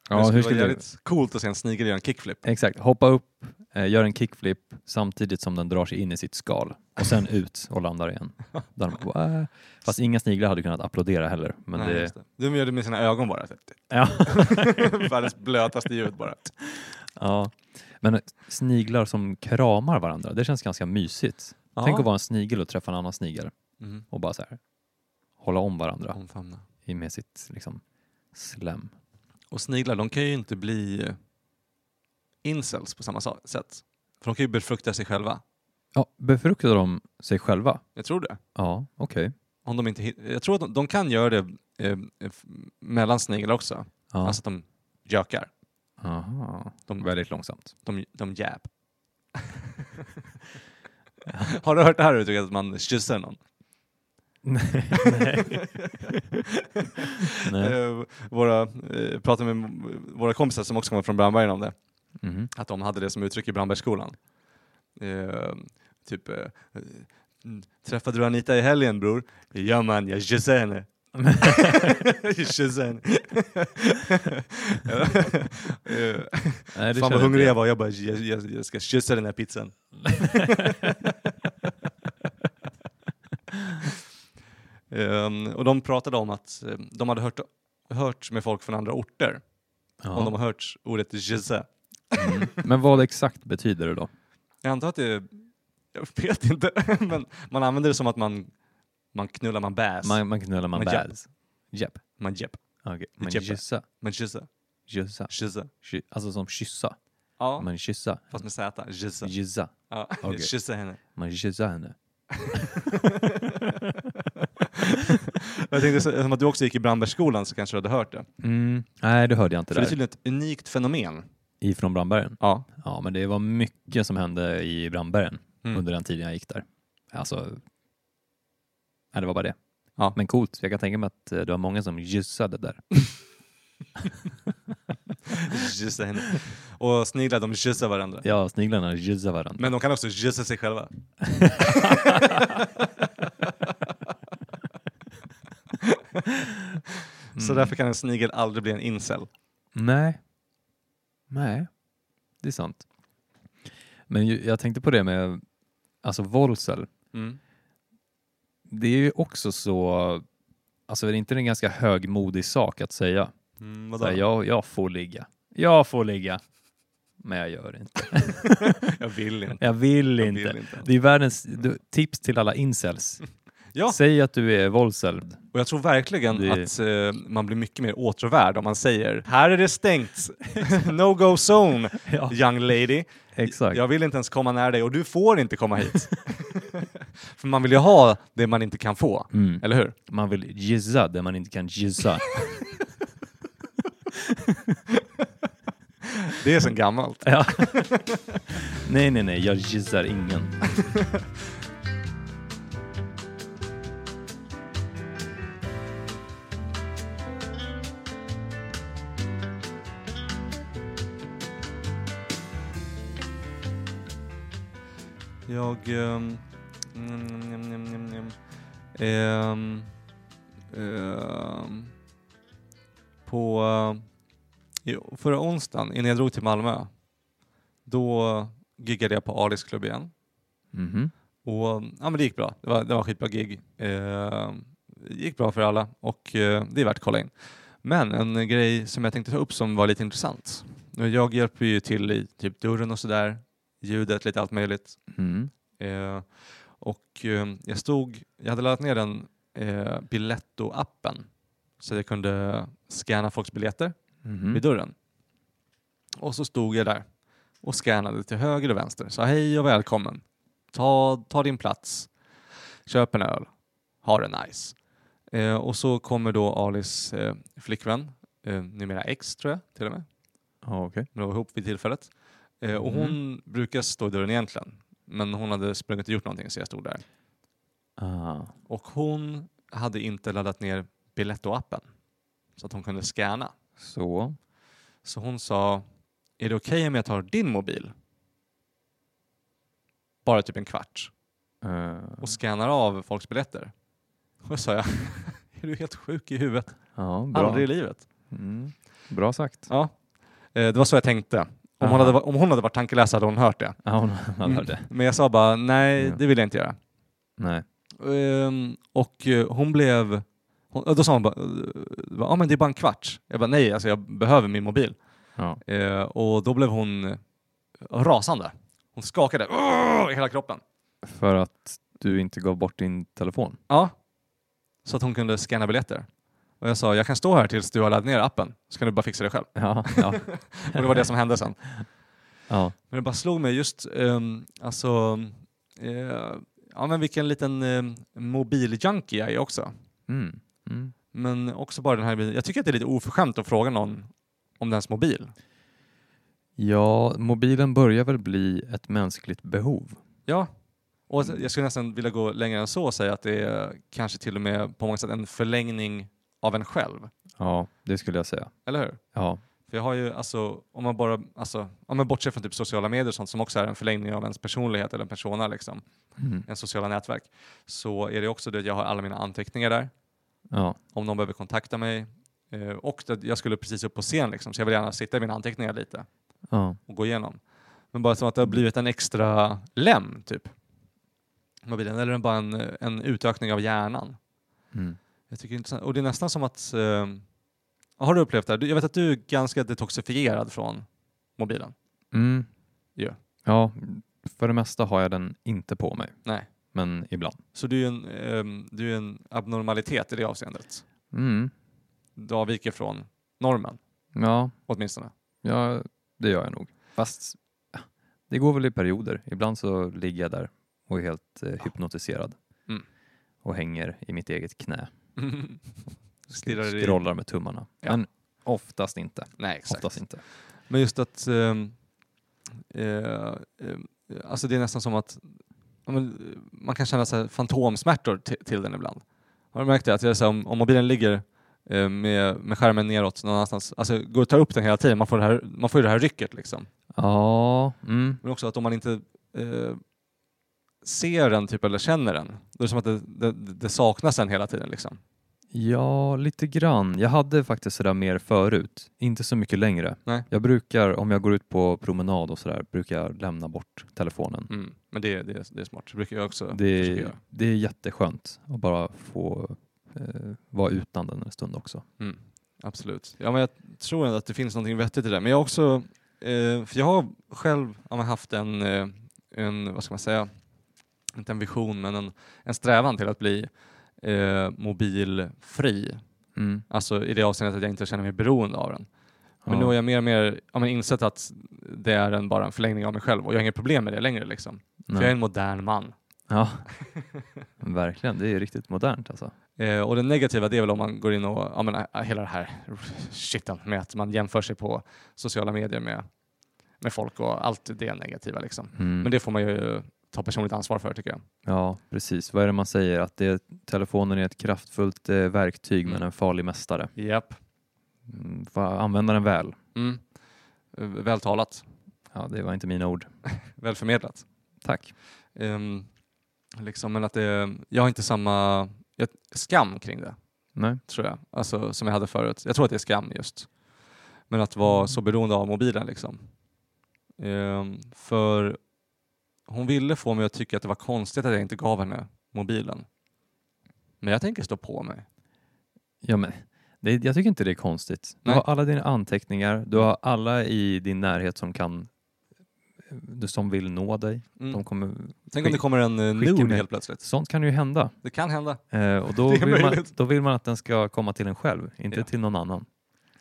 Men det Ja, skulle vara hur skulle du... jävligt coolt att se en snigel göra en kickflip. Exakt, hoppa upp, eh, gör en kickflip samtidigt som den drar sig in i sitt skal och sen ut och landar igen. Där man bara, äh. Fast inga sniglar hade kunnat applådera heller. Men Nej, det... just det. De gör det med sina ögon bara. så att- Ja. Världens blötaste ljud bara. ja. Men sniglar som kramar varandra, det känns ganska mysigt. Tänk att vara en snigel och träffa en annan snigel Mm. och bara så här hålla om varandra Omfamna. i- med sitt liksom, slem. Och sniglar, de kan ju inte bli eh, incels på samma sa- sätt. För de kan ju befrukta sig själva. Ja, befruktar de sig själva? Jag tror det. Ja, okej. Om de inte hit- jag tror att de, de kan göra det eh, f- mellan sniglar också. Ja. Alltså att de gökar. Aha. De- Väldigt långsamt. De, de jab. Har du hört det här uttrycket att man kysser någon? Nej. Nej. Eh, våra, eh, pratade med våra kompisar som också kommer från Brandbergen om det. Mhm. Att de hade det som uttryck i Brandbergsskolan. Eh, typ, eh, mm, träffade du Anita i helgen bror? Ja man, jag kysser henne. jag kysser henne. Eh, Nej, det Fan känner vad inte hungrig jag. jag var, jag bara jag, jag, jag ska kyssa den här pizzan. Ehm, och de pratade om att eh, de hade hört, hört med folk från andra orter Ja. om de har hört ordet kyssa. Mm. Men vad exakt betyder det då? Jag antar att det, jag vet inte, men man använder det som att man, man knullar, man bäs, man, Man, man knullar man Man japp. bäs. Japp. man jepp, Okej. Man Jappa. kyssa. man kyssa, Kyssa. kyssa. Ky- Alltså som kyssa. Ja, Man kyssa. fast med z, kyssa. Kyssa. Ja, Okej. kyssa henne. Man kyssa henne. jag tänkte så- som att du också gick i Brandbergsskolan så kanske du hade hört det. Mm. Nej, det hörde jag inte För det är där. tydligen ett unikt fenomen. Ifrån Brandbergen. Ja. Ja, men det var mycket som hände i Brandbergen Mm. under den tiden jag gick där. Alltså, nej, det var bara det. Ja. Men coolt, jag kan tänka mig att eh, det var många som kyssade där. Just det, henne. Och sniglar, de kysser varandra. Ja, sniglarna kyssade varandra. Men de kan också kyssa sig själva. Så därför kan en snigel aldrig bli en incel. Nej. Nej, det är sant. Men ju, jag tänkte på det med alltså Volsel. Det är ju också så, alltså är det inte en ganska högmodig sak att säga? Mm, Så vadå? här, jag, jag får ligga. Jag får ligga. Men jag gör det inte. Jag vill inte. Jag vill Jag inte. vill inte. Det är världens du, tips till alla incels. Ja. Säg att du är Volsel. Och jag tror verkligen Det- att eh, man blir mycket mer åtråvärd om man säger “Här är det stängt! no go zone, Ja, young lady! exakt. Jag vill inte ens komma nära dig och du får inte komma hit!” För man vill ju ha det man inte kan få, Mm. eller hur? Man vill gissa där man inte kan gissa. Det är sen gammalt. Ja. nej, nej, nej, jag gissar ingen. Jag... ehm, mm, mm, mm, mm, mm. Ehm, ehm, på... eh, i- förra onsdagen, innan jag drog till Malmö, då giggade jag på Alis klubb igen. Mhm. Och ja, men det gick bra. Det var, det var skitbra gig. Ehm, det gick bra för alla och eh, det är värt att kolla in. Men en grej som jag tänkte ta upp som var lite intressant. Jag hjälper ju till i typ dörren och sådär, ljudet, lite allt möjligt. Mm. Eh, och eh, jag stod, jag hade laddat ner den eh, Biletto-appen så jag kunde scanna folks biljetter Mhm. vid dörren. Och så stod jag där och scannade till höger och vänster. Sa hej och välkommen. Ta, ta din plats. Köp en öl. Ha det nice. Eh, och så kommer då Alis eh, flickvän, eh, numera ex tror jag till och med, Ja, okej. men de var ihop vid tillfället. Eh, och Mm. hon brukar stå i dörren egentligen, men hon hade sprungit och gjort någonting så jag stod där. Ah. Och hon hade inte laddat ner Biletto-appen så att hon kunde scanna. Så. Så hon sa, är det okej om jag tar din mobil? Bara typ en kvart eh, och scannar av folks biljetter. Och då sa jag, är du helt sjuk i huvudet? ja, bra. Aldrig i livet. Mm. Bra sagt. Ja. Eh, Det var så jag tänkte. Om hon, Aha. hade, va- om hon hade varit tankeläsare hade hon hört det. Mm. Ja, hon hade hört det. Men jag sa bara, nej Ja. det vill jag inte göra. Mm. Nej. Ehm, och eh, hon blev... Hon, och då sa hon bara, eh, ja men det är bara en kvart. Jag bara, nej alltså jag behöver min mobil. Ja. Eh, och då blev hon eh, rasande. Hon skakade "Åh!" i hela kroppen. För att du inte gav bort din telefon. Ja. Så att hon kunde scanna biljetter. Och jag sa, jag kan stå här tills du har laddat ner appen, så kan du bara fixa det själv. Ja. Ja. Och det var det som hände sen. ja. Men det bara slog mig just, um, alltså, eh, ja men vilken liten um, mobiljunkie jag är också. Mm. Mm. Men också bara den här biten. Jag tycker att det är lite oförskämt att fråga någon om dens mobil. Ja, mobilen börjar väl bli ett mänskligt behov. Ja. Och jag skulle nästan vilja gå längre än så och säga att det är kanske till och med på många sätt en förlängning av en själv. Ja, det skulle jag säga. Eller hur? Ja, För jag har ju alltså, om man bara, alltså, om man bortser från typ sociala medier och sånt som också är en förlängning av ens personlighet eller en persona liksom, mm. en sociala nätverk, så är det också det att jag har alla mina anteckningar där. ja, Om någon behöver kontakta mig eh, och att jag skulle precis upp på scen liksom, så jag vill gärna sitta i mina anteckningar lite. ja. och gå igenom. Men bara som att det har blivit en extra lem, typ. Mobilen, eller bara en, en utökning av hjärnan. Mm. Jag tycker det är intressant. Och det är nästan som att... Eh, har du upplevt det här? Du- Jag vet att du är ganska detoxifierad från mobilen. Mm. Ja. ja, för det mesta har jag den inte på mig. Nej. Men ibland. Så du är en, ehm, du är en abnormalitet i det avseendet. Mm. Du avviker från normen, Ja, åtminstone. ja, det gör jag nog. Fast ja, det går väl i perioder. Ibland så ligger jag där och är helt eh, hypnotiserad. Mm. Och hänger i mitt eget knä. Stirrar i... Scrollar med tummarna. Ja. Men oftast inte. Nej, exakt. Oftast inte. Men just att... ehm, eh, eh, alltså det är nästan som att ja, men, eh, man kan känna så här fantomsmärtor ti- till den ibland. Har du märkt det? Att det är så här, om, om mobilen ligger eh, med, med skärmen neråt någon annanstans, alltså går och tar upp den hela tiden, man får, det här, man får ju det här rycket liksom. Ja, mm. Men också att om man inte eh, ser den typ eller känner den, då är det som att det, det, det saknas den hela tiden liksom. Ja, lite grann. Jag hade faktiskt sådär mer förut. Inte så mycket längre. Nej. Jag brukar, om jag går ut på promenad och sådär, brukar jag lämna bort telefonen. Mm. Men det, det, är- det är smart, det brukar jag också försöka Det, göra. det är jätteskönt att bara få eh, vara utan den en stund också. Mm, absolut. Ja, men jag tror ändå att det finns någonting vettigt i det. Men jag har också, eh, för jag har själv ja, men haft en, eh, en, vad ska man säga, inte en vision men en, en strävan till att bli eh, mobilfri. Mm. Alltså i det avseendet att jag inte känner mig beroende av den. Men Ja. nu har jag mer och mer ja, men insett att det är en, bara en förlängning av mig själv och jag har inget problem med det längre. Liksom. För Nej. jag är en modern man. ja. Verkligen, det är riktigt modernt alltså. Eh, och det negativa det är väl om man går in och, ja men eh, hela det här shiten med att man jämför sig på sociala medier med, med folk och allt det negativa liksom. Mm. Men det får man ju ta personligt ansvar för tycker jag. Ja, precis. Vad är det man säger? Att det, telefonen är ett kraftfullt eh, verktyg Mm. men en farlig mästare. Japp. Mm, va- använda den väl. Mm. Eh, Väl talat, Ja, det var inte mina ord. väl förmedlat. Tack. Ehm, liksom, men att det, jag har inte samma jag, skam kring det, Nej. tror jag, alltså, som jag hade förut. Jag tror att det är skam just. Men att vara så beroende av mobilen liksom. Ehm, för hon ville få mig att tycka att det var konstigt att jag inte gav henne mobilen. Men jag tänker stå på mig. Ja, men, det, jag tycker inte det är konstigt. Du Nej. har alla dina anteckningar, du har alla i din närhet som kan du som vill nå dig. De Mm. kommer, Tänk om det kommer en eh, skicka nude mig. helt plötsligt. sånt kan ju hända. Det kan hända. Eh, och då Det är vill, man, möjligt. då vill man att den ska komma till en själv, inte Ja. till någon annan.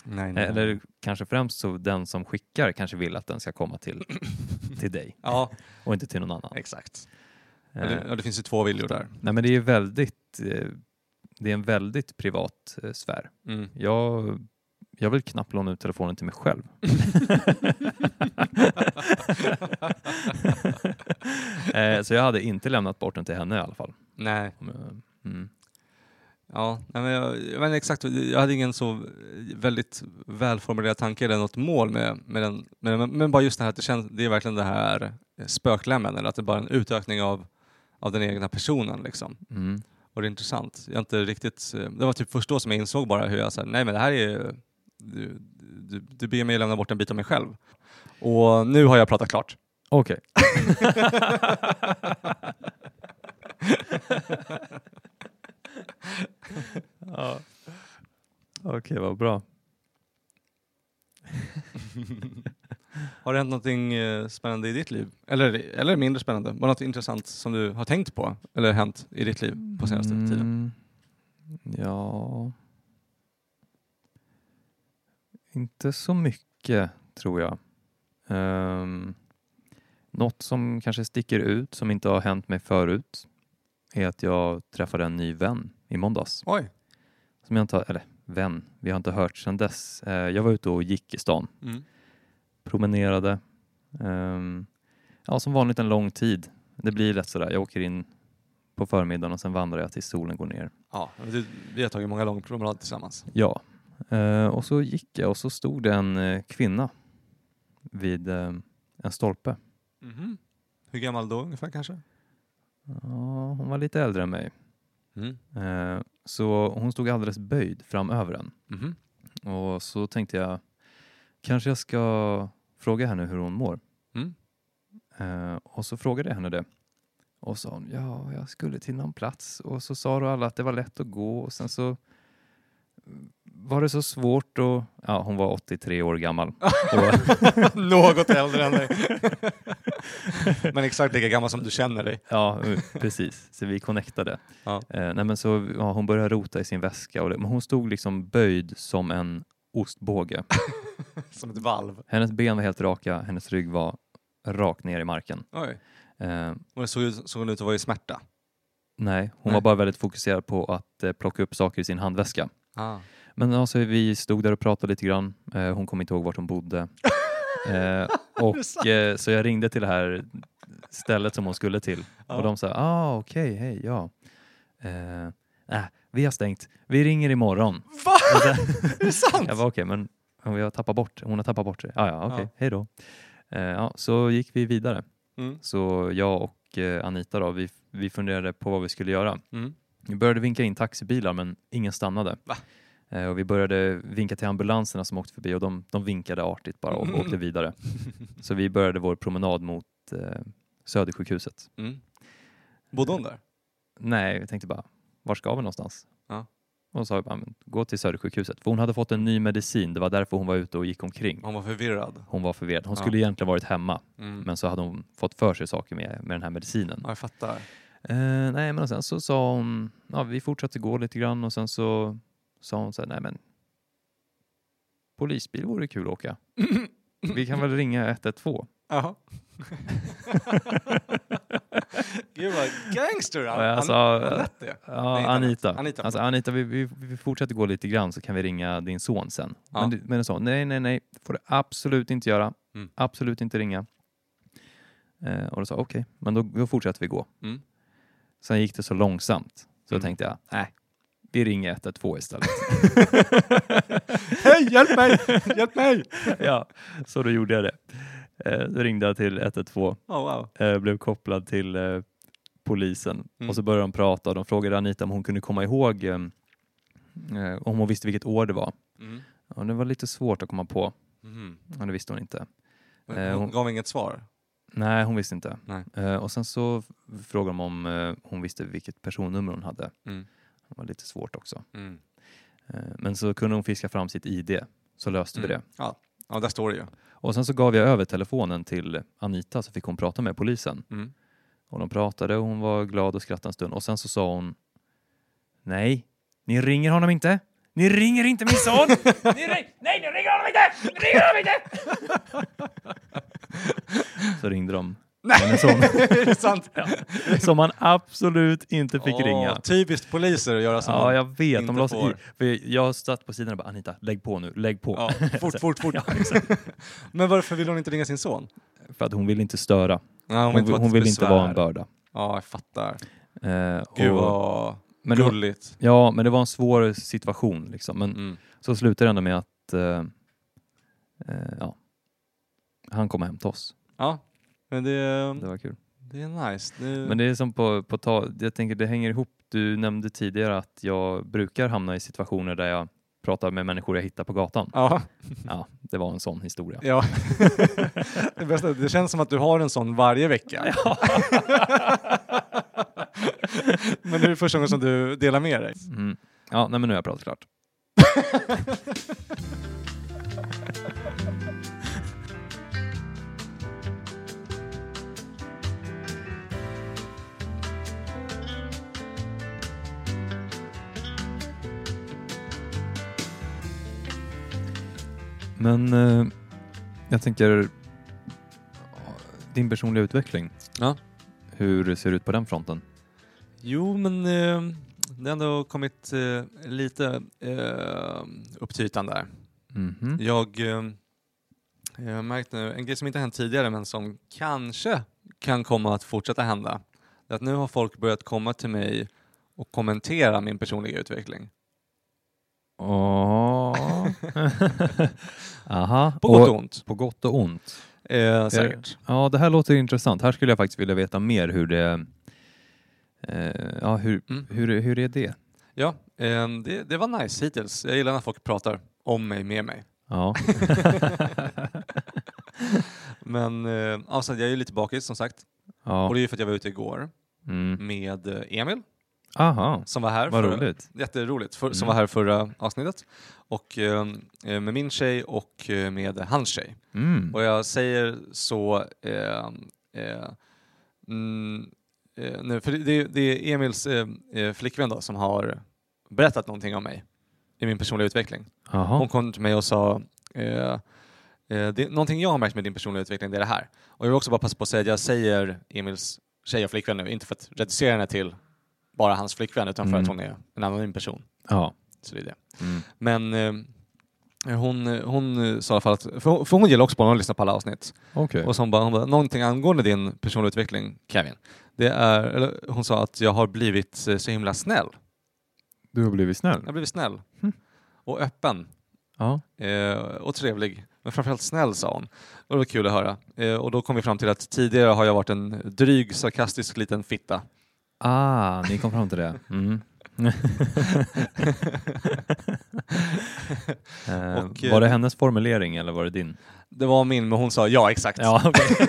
Nej, nej. Eller kanske främst så den som skickar kanske vill att den ska komma till, till dig Ja, och inte till någon annan. exakt. Ja, Eh, det, ja, det finns ju två viljor där. Nej, men det är väldigt, eh, det är en väldigt privat eh, sfär. Mm. Jag, jag vill knappt låna ut telefonen till mig själv. Eh, så jag hade inte lämnat bort den till henne i alla fall. Nej, Om jag- Mm. ja, nej, men jag, jag vet inte exakt. Jag hade ingen så väldigt välformulerad tanke eller något mål med, med den. Men, men, men bara just det här att det, känns, det är verkligen det här spöklämmen eller att det är bara en utökning av, av den egna personen liksom. Mm. Och det är intressant. Jag har inte riktigt, eh, det var typ först då som jag insåg bara hur jag sa, nej men det här är ju- du, du, du ber mig lämna bort en bit av mig själv. Och nu har jag pratat klart. Okej. ja. Okej, vad bra. Har det hänt någonting eh, spännande i ditt liv? Eller, eller mindre spännande? Var det något intressant som du har tänkt på eller hänt i ditt liv på senaste tiden? Mm, Ja. Inte så mycket, tror jag. Um, något som kanske sticker ut, som inte har hänt mig förut, är att jag träffade en ny vän i måndags. Oj! Som jag inte har, eller vän, vi har inte hört sedan dess. Eh, jag var ute och gick i stan, Mm. promenerade. Ehm, ja, som vanligt en lång tid. Det blir lätt sådär, jag åker in på förmiddagen och sen vandrar jag tills solen går ner. Ja, du, vi har tagit många långa promenader tillsammans. Ja, eh, och så gick jag och så stod det en eh, kvinna vid eh, en stolpe. Hur gammal då ungefär kanske? Ja, hon var lite äldre än mig. Eh, så hon stod alldeles böjd framöver en. Mhm. Och så tänkte jag, kanske jag ska fråga henne hur hon mår. Mm. Eh, och så frågade jag henne det. Och sa hon, ja, jag skulle till någon plats. Och så sa då alla att det var lätt att gå. Och sen så mm, var det så svårt och ja, hon var 83 år gammal. Och, Något äldre än dig. Men exakt lika gammal som du känner dig. Ja, eh, precis. Så vi connectade. Ja. Eh, nej, men så, ja, hon började rota i sin väska, och det, men hon stod liksom böjd som en ostbåge. Som ett valv. Hennes ben var helt raka, hennes rygg var rakt ner i marken. Oj. Eh, Och det såg, ut- såg hon ut att vara i smärta? nej, hon Nej. var bara väldigt fokuserad på att eh, plocka upp saker i sin handväska. Ah. Men alltså, vi stod där och pratade lite grann. Eh, hon kom inte ihåg vart hon bodde. Eh, och, eh, så jag ringde till det här stället som hon skulle till Ja. och de sa ah, okej, hej, ja. Eh, "Nej, vi har stängt. Vi ringer imorgon. Va? Är det sant? Jag var okej, men hon har tappat bort, hon har tappat bort det. Ah, ja, okej, Ja. hej då. Eh, ja, så gick vi vidare. Mm. Så jag och eh, Anita då, vi, vi funderade på vad vi skulle göra. Mm. Vi började vinka in taxibilar men ingen stannade. Va? Eh, och vi började vinka till ambulanserna som åkte förbi och de, de vinkade artigt bara och åkte vidare. Så vi började vår promenad mot eh, Södersjukhuset. Mm. Bodde hon där? Nej, jag tänkte bara, var ska vi någonstans? Ja. Och så sa vi bara, men, gå till Södersjukhuset. För hon hade fått en ny medicin, det var därför hon var ute och gick omkring. Hon var förvirrad. Hon var förvirrad. Hon Ja. skulle egentligen varit hemma, Mm. men så hade hon fått för sig saker med, med den här medicinen. Ja, jag fattar. Eh, nej, men och sen så sa hon, ja, vi fortsatte gå lite grann och sen så sa hon så här, nej men polisbil vore kul att åka. Vi kan väl ringa 112? Jaha. Gud vad gangster Och jag han, sa, han, han lät det. Eh, alltså, Ja, inte Anette. Anita. Anita, alltså, förlåt. Anita vi, vi, vi fortsätter gå lite grann så kan vi ringa din son sen. Ja. Men, det- men hon sa, nej, nej, nej, det får du absolut inte göra. Mm. Absolut inte ringa. Eh, och då sa jag, okej, men då, då fortsätter vi gå. Mm. Sen gick det så långsamt, så Mm. då tänkte jag, nej, vi ringer 112 istället. Hej, hjälp mig! Hjälp mig! ja, så då gjorde jag det. Eh, då ringde jag till 112, Oh, wow. eh, blev kopplad till eh, polisen Mm. och så började de prata och de frågade Anita om hon kunde komma ihåg eh, eh, om hon visste vilket år det var. Mm. Och det var lite svårt att komma på, Mhm. och det visste hon inte. Men Eh, Hon hon- gav inget svar? Nej, hon visste inte. Nej. Eh, och sen så f- frågade de om eh, hon visste vilket personnummer hon hade. Mm. Det var lite svårt också. Eh, men så kunde hon fiska fram sitt ID, så löste vi det. Mm. Ja. ja, där står det ju. Och sen så gav jag över telefonen till Anita så fick hon prata med polisen. Mm. Och de pratade och hon var glad och skrattade en stund. Och sen så sa hon Nej, ni ringer honom inte. Ni ringer inte min son! ni ring- Nej, ni ringer honom inte! Ni ringer honom inte! Så ringde de hennes son, är det sant? som han absolut inte fick Åh, ringa. Typiskt poliser att göra så. Ja, jag vet. inte De la sig i. får. För jag satt på sidan och bara Anita, lägg på nu, lägg på. Ja, fort, fort, fort. Ja, exakt. Men varför vill hon inte ringa sin son? För att hon vill inte störa. Ja, Hon, vill- ett hon vill inte besvär. vara en börda. Ja, jag fattar. Eh, Gud och- vad men det var- gulligt. Ja, men det var en svår situation. Liksom. Men Mm. så slutade det ändå med att eh, eh, ja. han kom hem till oss. Ja, men det, Det var kul. det är nice. Det, Men det är som på, på ta, jag tänker det hänger ihop. Du nämnde tidigare att jag brukar hamna i situationer där jag pratar med människor jag hittar på gatan. Ja, Ja, det var en sån historia. ja. det, bästa, det känns som att du har en sån varje vecka. men det är första gången som du delar med dig. Mm. Ja, nej men nu har jag pratat klart. Men eh, jag tänker din personliga utveckling. Ja. Hur ser det ut på den fronten? Jo, men eh, det har ändå kommit eh, lite eh, upp till ytan där. Mhm. Jag, eh, jag har märkt nu, en grej som inte har hänt tidigare men som kanske kan komma att fortsätta hända, det är att nu har folk börjat komma till mig och kommentera min personliga utveckling. Åh. Aha. På gott och och ont. På gott och ont. Eh, säkert. Ja, det här låter intressant. Här skulle jag faktiskt vilja veta mer hur det... Eh, ja, hur, Mm. hur, hur är det? Ja, eh, det, det var nice hittills. Jag gillar när folk pratar om mig med mig. Ja. Men eh, alltså, jag är ju lite bakis som sagt. Och ja. det är ju för att jag var ute igår Mm. med eh, Emil Aha, som var här. vad förra- roligt. Jätteroligt, för, som Mm. var här förra avsnittet. Och eh, med min tjej och eh, med hans tjej. Mm. Och jag säger så eh, eh, mm, eh, nu, för det, det är Emils eh, eh, flickvän då, som har berättat någonting om mig i min personliga utveckling. Hon Aha. kom till mig och sa eh, eh, det, någonting jag har märkt med din personliga utveckling det är det här. Och jag vill också bara passa på att säga att jag säger Emils tjej och flickvän nu, inte för att reducera henne till bara hans flickvän utan för Mm. att hon är en anonym person. Ja. Så det är det. Mm. Men eh, hon, hon eh, sa i alla fall att, för hon, för hon gillar också på och lyssnar på alla avsnitt. Okej. Och så hon bara, hon bara, någonting angående din personliga utveckling Kevin, det är, eller hon sa att jag har blivit eh, så himla snäll. Du har blivit Jag snäll. har blivit snäll. Mm. Och öppen. Ja. Eh, och trevlig. Men framförallt snäll sa hon. Och det var kul att höra. Eh, och då kom vi fram till att tidigare har jag varit en dryg, sarkastisk liten fitta. Ah, ni kom fram till det. Mm. eh, Och, eh, var det hennes formulering eller var det din? Det var min, men hon sa ja exakt. Ja, okej.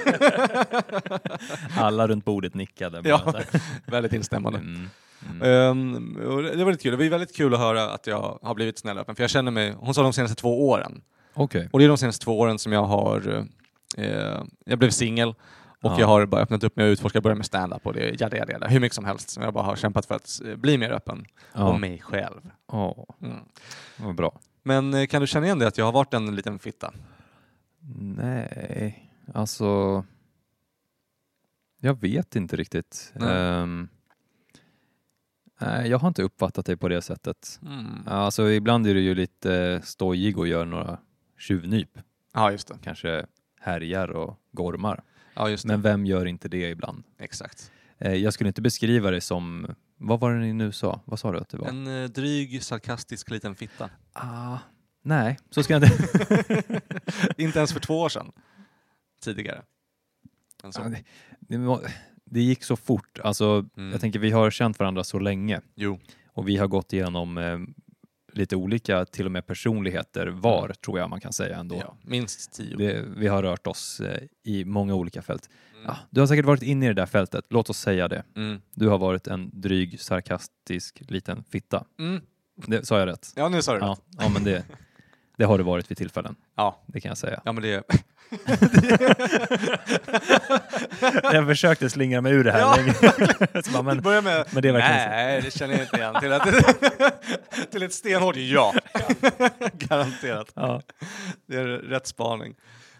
Alla runt bordet nickade. bara Ja. så här. Väldigt instämmande. Mm. Mm. Ehm, och det det var lite kul. Det var ju väldigt kul att höra att jag har blivit snäll och öppen. För jag känner mig, hon sa de senaste två åren. Okej. Och det är de senaste två åren som jag har, eh, jag blev singel och Ja. jag har bara öppnat upp mig och utforskat, börjat med stand-up och det är jada, jada, jada, hur mycket som helst. Som jag bara har kämpat för att eh, bli mer öppen. Ja. Och mig själv. Ja, Mm. vad bra. Men eh, kan du känna igen det att jag har varit en liten fitta? Nej, alltså... Jag vet inte riktigt. Nej. Ehm, nej, jag har inte uppfattat dig på det sättet. Alltså, ibland är du ju lite stojig och gör några tjuvnyp. Ja, just det. Kanske härjar och gormar. Ja, just det. Men vem gör inte det ibland? Exakt. Eh, jag skulle inte beskriva dig som... Vad var det ni nu sa? Vad sa du att det var? En eh, dryg, sarkastisk liten fitta. Ah, nej, så ska jag inte... Inte ens för två år sedan. Tidigare. Än så. Ja, det- det, var- det gick så fort. Alltså, Mm. Jag tänker vi har känt varandra så länge Jo. och vi har gått igenom eh, lite olika, till och med personligheter var, tror jag man kan säga ändå. Ja, minst tio. Det, vi har rört oss eh, i många olika fält. Ja, du har säkert varit inne i det där fältet, låt oss säga det. Mm. Du har varit en dryg, sarkastisk liten fitta. Mm. Det, sa jag rätt? Ja, nu sa du det. Ja, ja men det, Det har det varit vid tillfällen, Ja, det kan jag säga. ja men det... Jag försökte slingra mig ur det här Ja. länge. Så bara, men, Börja med... men det är verkligen så. Nej, det känner jag inte igen. Till, att, till ett stenhårt ja. Garanterat. Ja. Det är rätt spaning.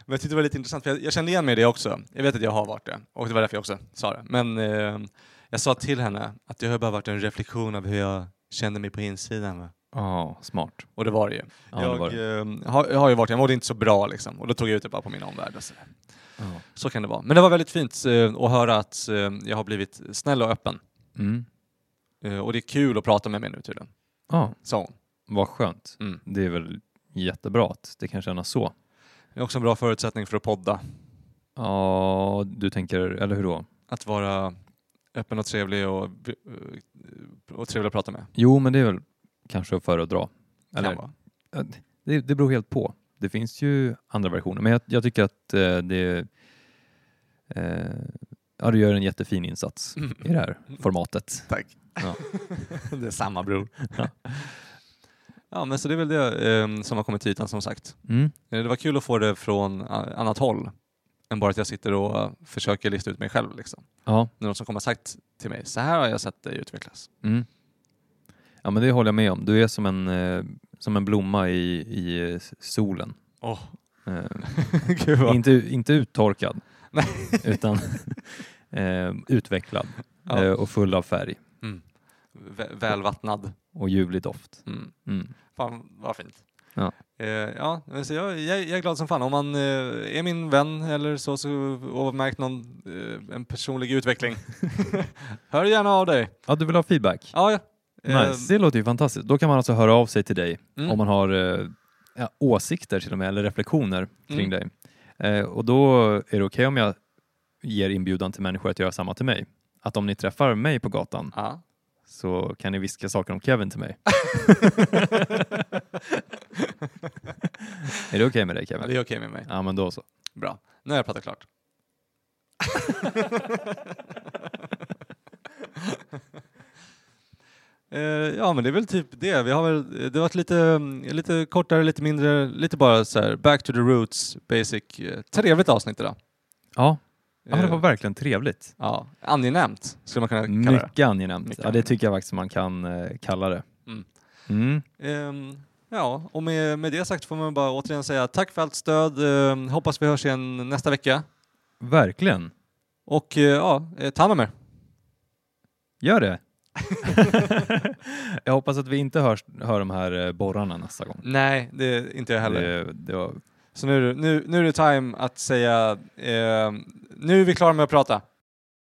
Men jag tyckte det var lite intressant, för jag, jag kände igen mig i det också. Jag vet att jag har varit det, och det var därför jag också sa det. Men eh, jag sa till henne att det har bara varit en reflektion av hur jag kände mig på insidan. Va? Ja, smart. Och det var det ju. Ja, det jag, var eh, har, jag har ju varit jag mådde inte så bra liksom. Och då tog jag ut det bara på min omvärld. och Så, där. Ja. så kan det vara. Men det var väldigt fint eh, att höra att eh, jag har blivit snäll och öppen. Mm. Eh, och det är kul att prata med mig nu tydligen, Ja, sa hon. vad skönt. Mm. Det är väl jättebra att det kan kännas så. Det är också en bra förutsättning för att podda. Ja, du tänker, eller hur då? Att vara öppen och trevlig och, eh, och trevlig att prata med. Jo, men det är väl kanske att föredra. Kan Eller, vara. det, det beror helt på. Det finns ju andra versioner, men jag, jag tycker att eh, det... Eh, ja, du gör en jättefin insats Mm. i det här formatet. Tack. Ja. det är samma bror. Ja. ja men så det är väl det eh, som har kommit till ytan som sagt. Mm. Eh, Det var kul att få det från eh, annat håll än bara att jag sitter och eh, försöker lista ut mig själv. Liksom. Ja, Det är Någon som kommer ha sagt till mig, så här har jag sett dig utvecklas. Mm. Ja men det håller jag med om. Du är som en, eh, som en blomma i, i eh, solen. Åh. Eh, Gud vad... inte, inte uttorkad, Nej. utan eh, utvecklad Ja. eh, och full av färg Mm. Vä- Välvattnad. och ljuvlig doft. Mm. Mm. Fan vad fint. Ja. Eh, ja, men så jag, jag, jag är glad som fan. Om man eh, är min vän eller så, så och har märkt någon, eh, en personlig utveckling, hör gärna av dig. Ja, du vill ha feedback? Ja, ja. Eh, Nice. Det låter ju fantastiskt. Då kan man alltså höra av sig till dig Mm. om man har eh, ja, åsikter till och med, eller reflektioner kring Mm. dig. Eh, och då är det okej om jag ger inbjudan till människor att göra samma till mig. Att om ni träffar mig på gatan Ja. så kan ni viska saker om Kevin till mig. är det okej med dig Ja, det är Kevin? okej med mig. Ja men då så. Bra. Nu har jag pratat klart. Eh, Ja men det är väl typ det. Vi har väl, det har varit lite, mm, lite kortare, lite mindre, lite bara så här back to the roots, basic. eh, Trevligt avsnitt idag. Ja, ja men det Eh, var verkligen trevligt. Ja, angenämt skulle man kunna kalla det. Mycket angenämt. Mycket ja, det angenämt. tycker jag faktiskt man kan eh, kalla det. Mm. Mm. Ehm, ja, och med, med det sagt får man bara återigen säga tack för allt stöd. Ehm, hoppas vi hörs igen nästa vecka. Verkligen. Och eh, ja, eh, ta hand om er. Gör det. jag hoppas att vi inte hörs, hör de här eh, borrarna nästa gång. Nej, det är inte jag heller. Det, det var Så eh, nu, är det- nu, nu är det time att säga, ehm, nu är vi klara med att prata.